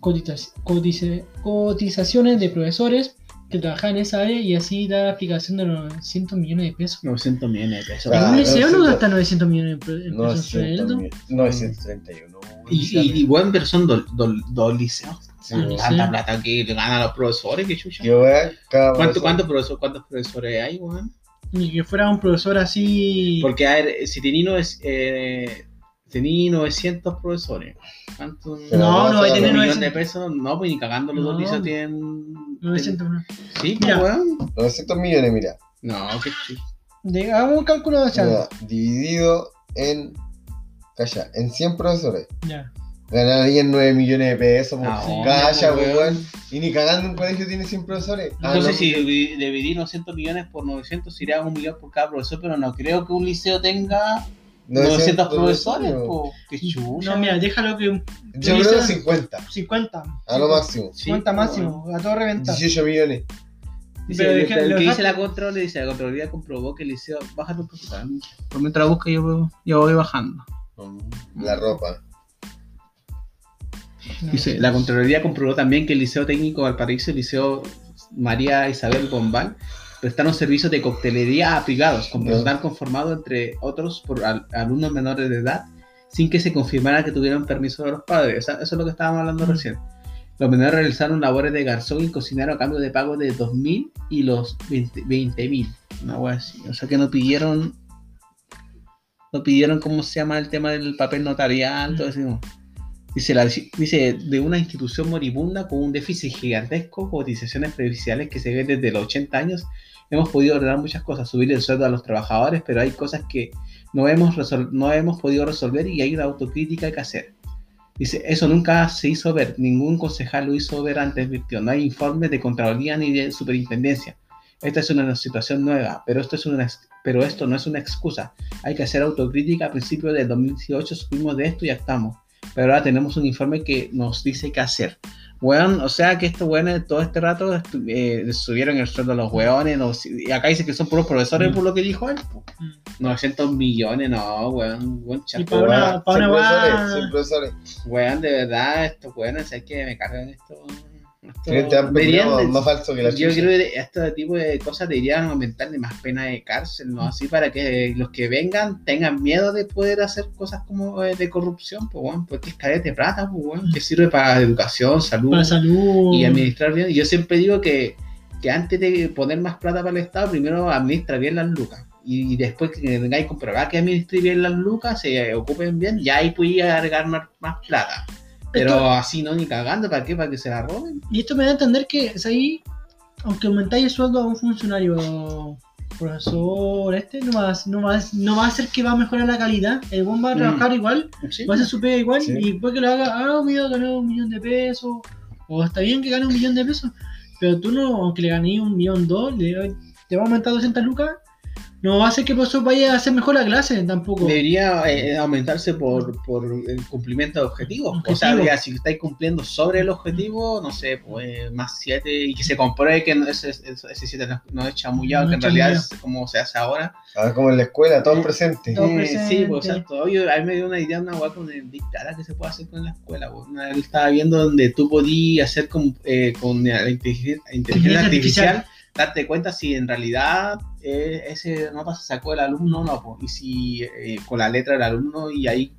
A: cotiza- cotice- cotizaciones de profesores que trabajaban en esa área y así da la aplicación de los 900 millones de pesos.
C: 900 millones de pesos.
A: En
B: Ah,
A: un liceo no
B: 900.
A: gastan 900 millones de pe- en pesos en sueldo.
B: 931.
C: y, y, y bueno, pero son dos dos- dos liceos.
B: Sí,
A: Ah, no
B: weón.
A: sé.
C: Tanta plata que le ganan a los profesores, que chucha.
B: Yo, weón, cada
C: ¿Cuánto,
B: profesor-
C: cuánto profesor- ¿Cuántos profesores hay, weón?
A: Ni que fuera un profesor así.
C: Porque, a ver, si tení, nove- eh, tení 900 profesores, ¿cuánto?
B: Pero
A: No, no,
B: vamos
A: ahí
B: a
A: tiene
B: tener
C: un
A: 900.
C: millón de pesos, no, pues ni cagando los dos
A: No.
C: liceos tienen.
A: 900 millones.
C: Sí, pues,
A: Mira.
C: weón.
B: 900 millones, mira.
C: No, qué chucha.
A: De- Hagamos un cálculo de
B: Mira,
A: sueldo.
B: dividido en. Calla, en 100 profesores.
A: Ya.
B: Ganarían 9 millones de pesos.
C: Ah,
B: po.
C: sí.
B: Calla,
C: weón.
B: weón. Y ni cagando un colegio tiene 100 profesores. Ah,
C: Entonces,
B: no.
C: si divi- dividí 900 millones por 900, sería un millón por cada profesor, pero no creo que un liceo tenga 900 profesores.
B: weón.
C: po. Qué chucha.
A: No, mira, déjalo que
B: Yo
A: Yo
B: creo
A: hice-
B: 50,
A: 50.
B: a lo máximo.
C: Sí,
A: 50
C: po,
A: máximo,
C: weón.
A: a todo reventar.
B: 18 millones.
C: Dice,
A: Pero
C: el-
A: deja-
C: el
A: lo
C: que
A: dejaste-
C: dice la control, le dice, la Contraloría comprobó que el liceo. Baja tu computador. Por mientras busca, yo, voy- yo voy bajando. Mm.
B: La ropa.
A: No.
C: Dice, la Contraloría comprobó también que el Liceo Técnico Valparaíso y el Liceo María Isabel Bombal prestaron servicios de coctelería a privados, con
B: Ya.
C: personal conformado entre otros por al- alumnos menores de edad, sin que se confirmara que tuvieron permiso de los padres. O sea, eso es lo que estábamos hablando
A: Mm.
C: recién. Los menores realizaron labores de garzón y cocinero a cambio de pago de 2.000 y los 20 20.000. Una hueá así. O sea que no pidieron, no pidieron cómo se llama el tema del papel notarial, todo eso. Dice, la- dice, de una institución moribunda con un déficit gigantesco, cotizaciones previsionales que se ven desde los 80 años, hemos podido ordenar muchas cosas, subir el sueldo a los trabajadores, pero hay cosas que no hemos, resol- no hemos podido resolver y hay una autocrítica que hacer. Dice, eso nunca se hizo ver, ningún concejal lo hizo ver antes, advirtió, no hay informes de Contraloría ni de Superintendencia. Esta es una situación nueva, pero esto, es una, ex- pero esto no es una excusa. Hay que hacer autocrítica. A principios del 2018 subimos de esto y actamos pero ahora tenemos un informe que nos dice qué hacer. Weón, o sea que estos weones todo este rato estu- eh, le subieron el sueldo a los weones, no- y acá dice que son puros profesores
A: Mm.
C: por lo que dijo él. po.
A: Mm.
C: 900 millones, no, weón, weón,
A: Y
C: chato,
A: pa' una-
C: weón.
A: Ahora, para una
B: 100 profesores,
A: va-
B: 100 profesores.
C: Weón, de verdad, estos weones, sé que me cargan esto.
B: Siguiente amplio,
C: Deberían
B: más,
C: de-
B: más falso que la
C: Yo
B: chucha.
C: creo que este tipo de cosas deberían aumentarle más pena de cárcel, ¿no? Así para que los que vengan tengan miedo de poder hacer cosas como eh, de corrupción, pues, weón, porque es carete de plata, pues, weón, que sirve para educación, salud
A: Para salud.
C: y administrar bien. Yo siempre digo que, que antes de poner más plata para el Estado, primero administra bien las lucas. Y después que tengáis comprobado que administre bien las lucas, se ocupen bien, y ahí podéis agregar más, más plata. Pero
A: Esto-
C: así no, ni cagando, ¿para qué? ¿Para que se la roben?
A: Y esto me da a entender que es ahí, aunque aumentáis el sueldo a un funcionario, profesor, este, no va, a- no, va, a- no va a hacer que va a mejorar la calidad. El buen va a
C: Mm.
A: trabajar igual,
C: Sí.
A: va a hacer su pega igual,
B: Sí.
A: y después que lo haga, ah, mira, gané un millón de pesos, o está bien que gane un millón de pesos, pero tú no, aunque le gané un millón dos, le- te va a aumentar 200 lucas, no va a hacer que el profesor vaya a hacer mejor la clase tampoco.
C: Debería eh, aumentarse por, por el cumplimiento de objetivos. O sea,
A: Objetivo.
C: ya, si estáis cumpliendo sobre el objetivo, no sé, pues más 7 y que se compruebe que no- ese 7 no, no es chamullado,
A: No
C: que
A: es
C: en realidad
A: chamullado.
C: es como se hace ahora.
B: Ah, como en la escuela, todos presentes.
A: Todo
C: Eh, sí,
A: presente.
C: pues, exacto. Oye, a mí me dio una idea, una guapa con el Big Data que se puede hacer con la escuela. pues. Una vez estaba viendo donde tú podías hacer con, eh, con la inteligen- inteligencia,
A: Inteligencia
C: artificial,
A: artificial.
C: darte cuenta si en realidad eh, ese nota se sacó el alumno o no, pues. y si eh, con la letra del alumno, y ahí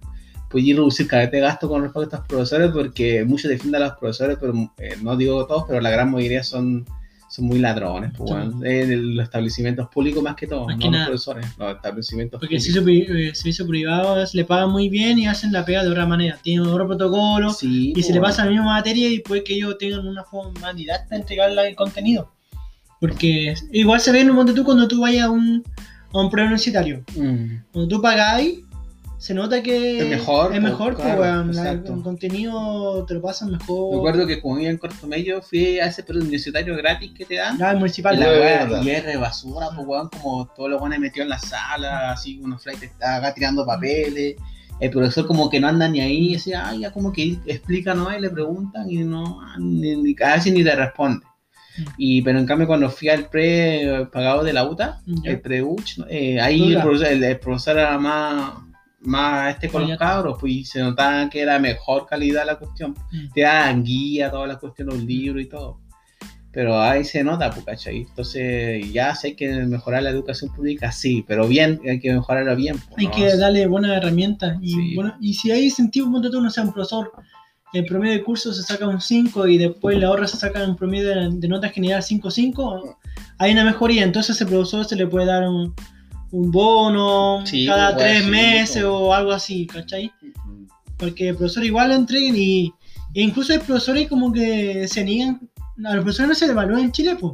C: podías reducir cada vez de gasto con respecto a los profesores, porque muchos defienden a los profesores, pero eh, no digo todos, pero la gran mayoría son. Son muy ladrones, pues,
A: Sí.
C: bueno. Eh, de los establecimientos públicos más que todo,
A: Más
C: no
A: que
C: los
A: nada.
C: profesores, los establecimientos
A: Porque el
C: públicos.
A: servicio, pri- eh, servicio privado es- le pagan muy bien y hacen la pega de otra manera. Tienen otro protocolo
C: Sí,
A: y se le
C: pues,
A: pasa la misma materia y puede que ellos tengan una forma más didacta de entregar la- el contenido. Porque es- igual se ve en un monte tú cuando tú vayas a un, a un programa universitario.
C: mm.
A: Cuando tú pagáis, se nota que
C: Es mejor,
A: es
C: pues,
A: mejor, pues,
C: claro,
A: weón, la-
C: exacto.
A: el contenido te lo pasan
C: Me
A: mejor.
C: acuerdo que cuando iba en cuarto medio fui a ese periodo universitario gratis que te dan.
A: La
C: Y
A: municipal.
C: la
B: de
C: weá,
B: verdad.
C: y es re basura, pues weón, como todos los buenos metió en la sala, así unos flights acá tirando papeles. El profesor como que no anda ni ahí, decía, ay, ya como que explica, ¿no? Y le preguntan y no, ah, ni, ni- casi ni le responde.
A: Mm.
C: Y, pero en cambio cuando fui al pre eh, pagado de la UTA,
A: Mm, Ya.
C: el pre-uch, ¿no? Eh, ahí el
A: Dura.
C: profesor, el- el profesor era más, más este con los
A: Coñato.
C: cabros, pues y se notaba que era mejor calidad la cuestión.
A: Mm.
C: Te daban guía, todas las cuestiones, los libros y todo. Pero ahí se nota, pues, ¿cachai? Entonces, ya sé que mejorar la educación pública, sí, pero bien, hay que mejorarla bien. pues,
A: Hay
C: ¿no?
A: que darle buenas herramientas. Y,
C: Sí.
A: bueno, y si hay incentivo, ponte tú, no sea un profesor. El promedio de curso se saca un 5 y después la otra se saca un promedio de, de nota general 5-5, hay una mejoría. Entonces ese profesor se le puede dar un, un bono
C: Sí,
A: cada
C: pues,
A: tres
C: sí,
A: meses
C: pues.
A: o algo así, ¿cachai? Porque el profesor igual lo entreguen y e incluso hay profesores como que se niegan. A los profesores no se les evalúa en Chile, pues.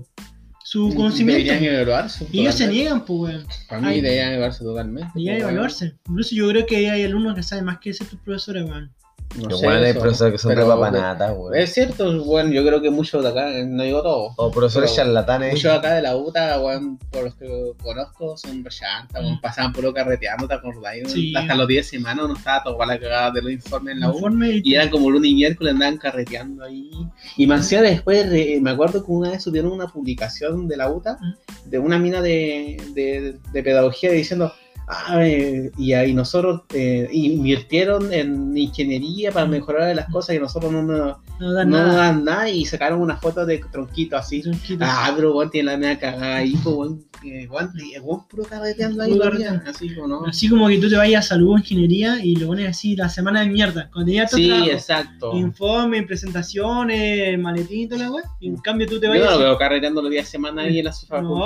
A: Su conocimiento.
C: Deberían evaluarse.
A: Y ellos se
C: totalmente.
A: niegan, pues, weón.
C: Para mí
A: Ay.
C: deberían evaluarse totalmente.
A: Y hay
C: pues,
A: que
C: weón.
A: evaluarse. Incluso yo creo que hay alumnos que saben más que ese tus profesores, weón.
C: No
B: Los
C: sé
B: buenos hay
C: eso,
B: profesores que son
C: pero-
B: re papanatas, güey.
C: Es cierto, bueno, yo creo que muchos de acá, eh, no digo todos,
B: O profesores
C: pero-
B: charlatanes.
C: Muchos Pues acá de la UTA, weón, por los que conozco, son rellantas, weón,
A: Mm.
C: pasaban por lo carreteando, te acordás,
A: Sí.
C: hasta los 10 semanas uno estaba todo para la cagada de los informes en la U.
A: Uniforme y-
C: Y eran como lunes y miércoles, andaban carreteando ahí. Y más encima después, eh, me acuerdo que una vez subieron una publicación de la UTA,
A: Mm.
C: de una mina de, de- de pedagogía, diciendo, ah, eh, y ahí nosotros eh, invirtieron en ingeniería para mejorar las cosas y nosotros no nos
A: Mm. no dan
C: no
A: nada.
C: dan nada y sacaron una foto de tronquito así.
A: Tranquilo. <laughs>
C: Ah, pero weón tiene la media cagada ahí, pues weón, eh, weón, eh, weón puro carreteando ahí
A: Puro
C: todavía,
A: carreteando.
C: así como no.
A: Así como que tú te vayas a salud ingeniería y lo pones así la semana de mierda. Cuando ya tu
C: Sí,
A: trabajo,
C: exacto.
A: informe, presentaciones, maletín y toda la weón. Y en cambio tú te
C: Yo
A: vayas.
C: no
A: así-
C: veo carreteando los días de semana ahí en la
A: No,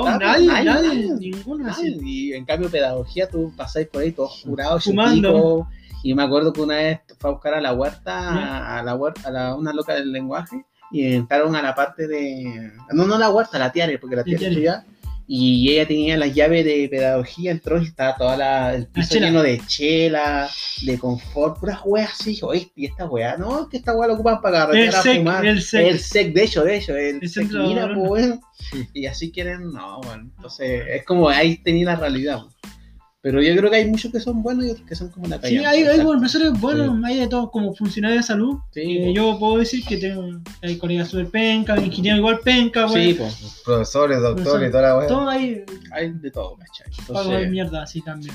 C: facultad.
A: nadie,
C: pues,
A: nadie, ninguno
C: nadie.
A: así.
C: Ah, Y en cambio, pedagogía, tú pasáis por ahí todos jurados,
A: Fumando.
C: chicos. Y me acuerdo que una vez fue a buscar a la huerta, a la huerta, a la- una loca del lenguaje, y entraron a la parte de. No, no la huerta, la tiare, porque la tiare
A: tiare.
C: estudia. Y ella tenía las llaves de pedagogía, entró y estaba toda la, el piso
A: chela.
C: lleno de chela, de confort, puras weas así. Oye, y esta wea, no, es que esta wea la ocupan para
A: El
C: carretear a
A: sec,
C: fumar.
A: el sec.
C: El sec, de hecho, de hecho, el,
A: El
C: sec,
A: centro
C: mira,
A: de
C: pues, weón. Y así quieren, no, bueno. Entonces, es como ahí tenía la realidad. weón. Pero yo creo que hay muchos que son buenos y otros que son como la calle.
A: Sí, hay, hay buenos profesores buenos, hay de todos como funcionarios de salud.
C: Sí,
A: Eh,
C: po.
A: yo puedo decir que tengo hay colegas super penca, ingeniero igual penca, weón.
C: Sí, pues,
B: Profesores,
A: Profesores.
B: doctores, toda la weá.
A: Todo ahí
C: hay de todo, ¿cachai?
A: pago de
C: Entonces,
A: mierda así también.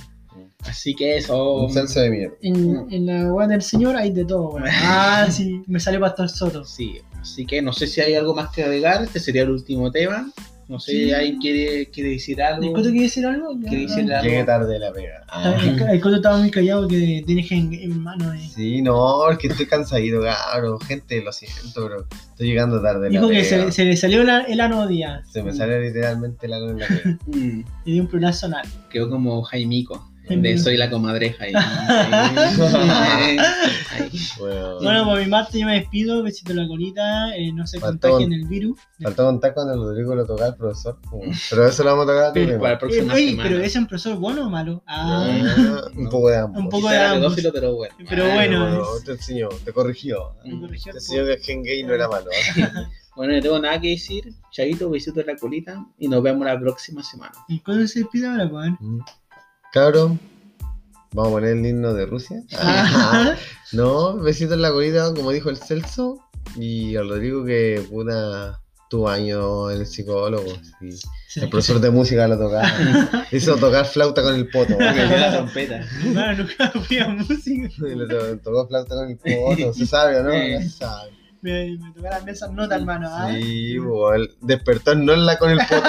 C: Así que eso.
B: Un censo de mierda.
A: En, en la web del señor hay de todo,
B: <laughs>
A: weón. Ah, sí, me sale Pastor Soto.
C: Sí, así que no sé si hay algo más que agregar. Este sería el último tema. No sé,
A: Sí.
C: ¿alguien quiere, quiere decir algo?
A: ¿El Coto quiere decir algo? Ya,
C: ¿Quiere decir
A: ah,
B: Llegué
C: algo?
B: tarde a la pega. Ah,
A: está- El, el Coto estaba muy callado que tiene en, en mano. eh.
B: sí, no, es que estoy cansadito, cabrón. Gente, lo siento, bro. Estoy llegando tarde a la
A: Dijo que
B: pega.
A: se, se le salió la- el ano día
B: Se me sale literalmente la luz en la
A: <laughs>
B: pega.
C: Mm,
A: y dio un plural anal.
C: quedó como Jaimico. De
A: Jaimico.
C: soy la
A: <laughs>
C: comadreja. ahí.
B: <laughs>
C: Ahí. Ahí.
B: Bueno,
A: Bueno, por mi parte yo me despido, besito en la colita, eh, no se
B: Faltó-
A: contagien el virus. Eh,
B: Faltó contar cuando Rodrigo lo tocaba al profesor. Pero eso lo vamos a tocar a tu
C: Para la
B: prima.
A: Eh,
C: próxima
A: oye,
C: semana.
A: pero ¿es un profesor bueno o malo? Ah,
B: Ah, Un poco de ambos.
A: Un poco-
C: Quizá era
A: ambos.
C: pedófilo, pero bueno.
A: Pero
C: Ah,
A: bueno,
B: Bueno,
A: es-
B: te enseñó, te corrigió.
A: me corrigió
B: Te
A: el
B: enseñó que el gen gay no era malo. ¿eh?
C: Bueno, no tengo nada que decir. Chaito, besito en la colita y nos vemos la próxima semana.
A: <laughs> ¿Y cuándo se despide ahora,
B: <laughs>
A: weón?
B: Cabrón, vamos a poner el himno de Rusia.
A: Ah. <laughs>
B: No, besito en la colita, como dijo el Celso. Y al Rodrigo que puta tu año en el psicólogo. sí. El profesor de música lo tocaba. Hizo tocar flauta con el poto.
C: la trompeta.
A: Hermano, nunca fui a música.
B: Le to- tocó flauta con el poto. Se sabe, ¿no? Ya se sabe.
A: Me, me tocaron esas notas, hermano. ¿ah?
B: Sí, bo, el- despertó no la con el poto.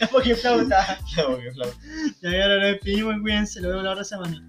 A: Es <laughs> porque flauta.
B: No, que flauta.
A: Ya que ahora nos despedimos, cuídense, lo vemos la otra semana.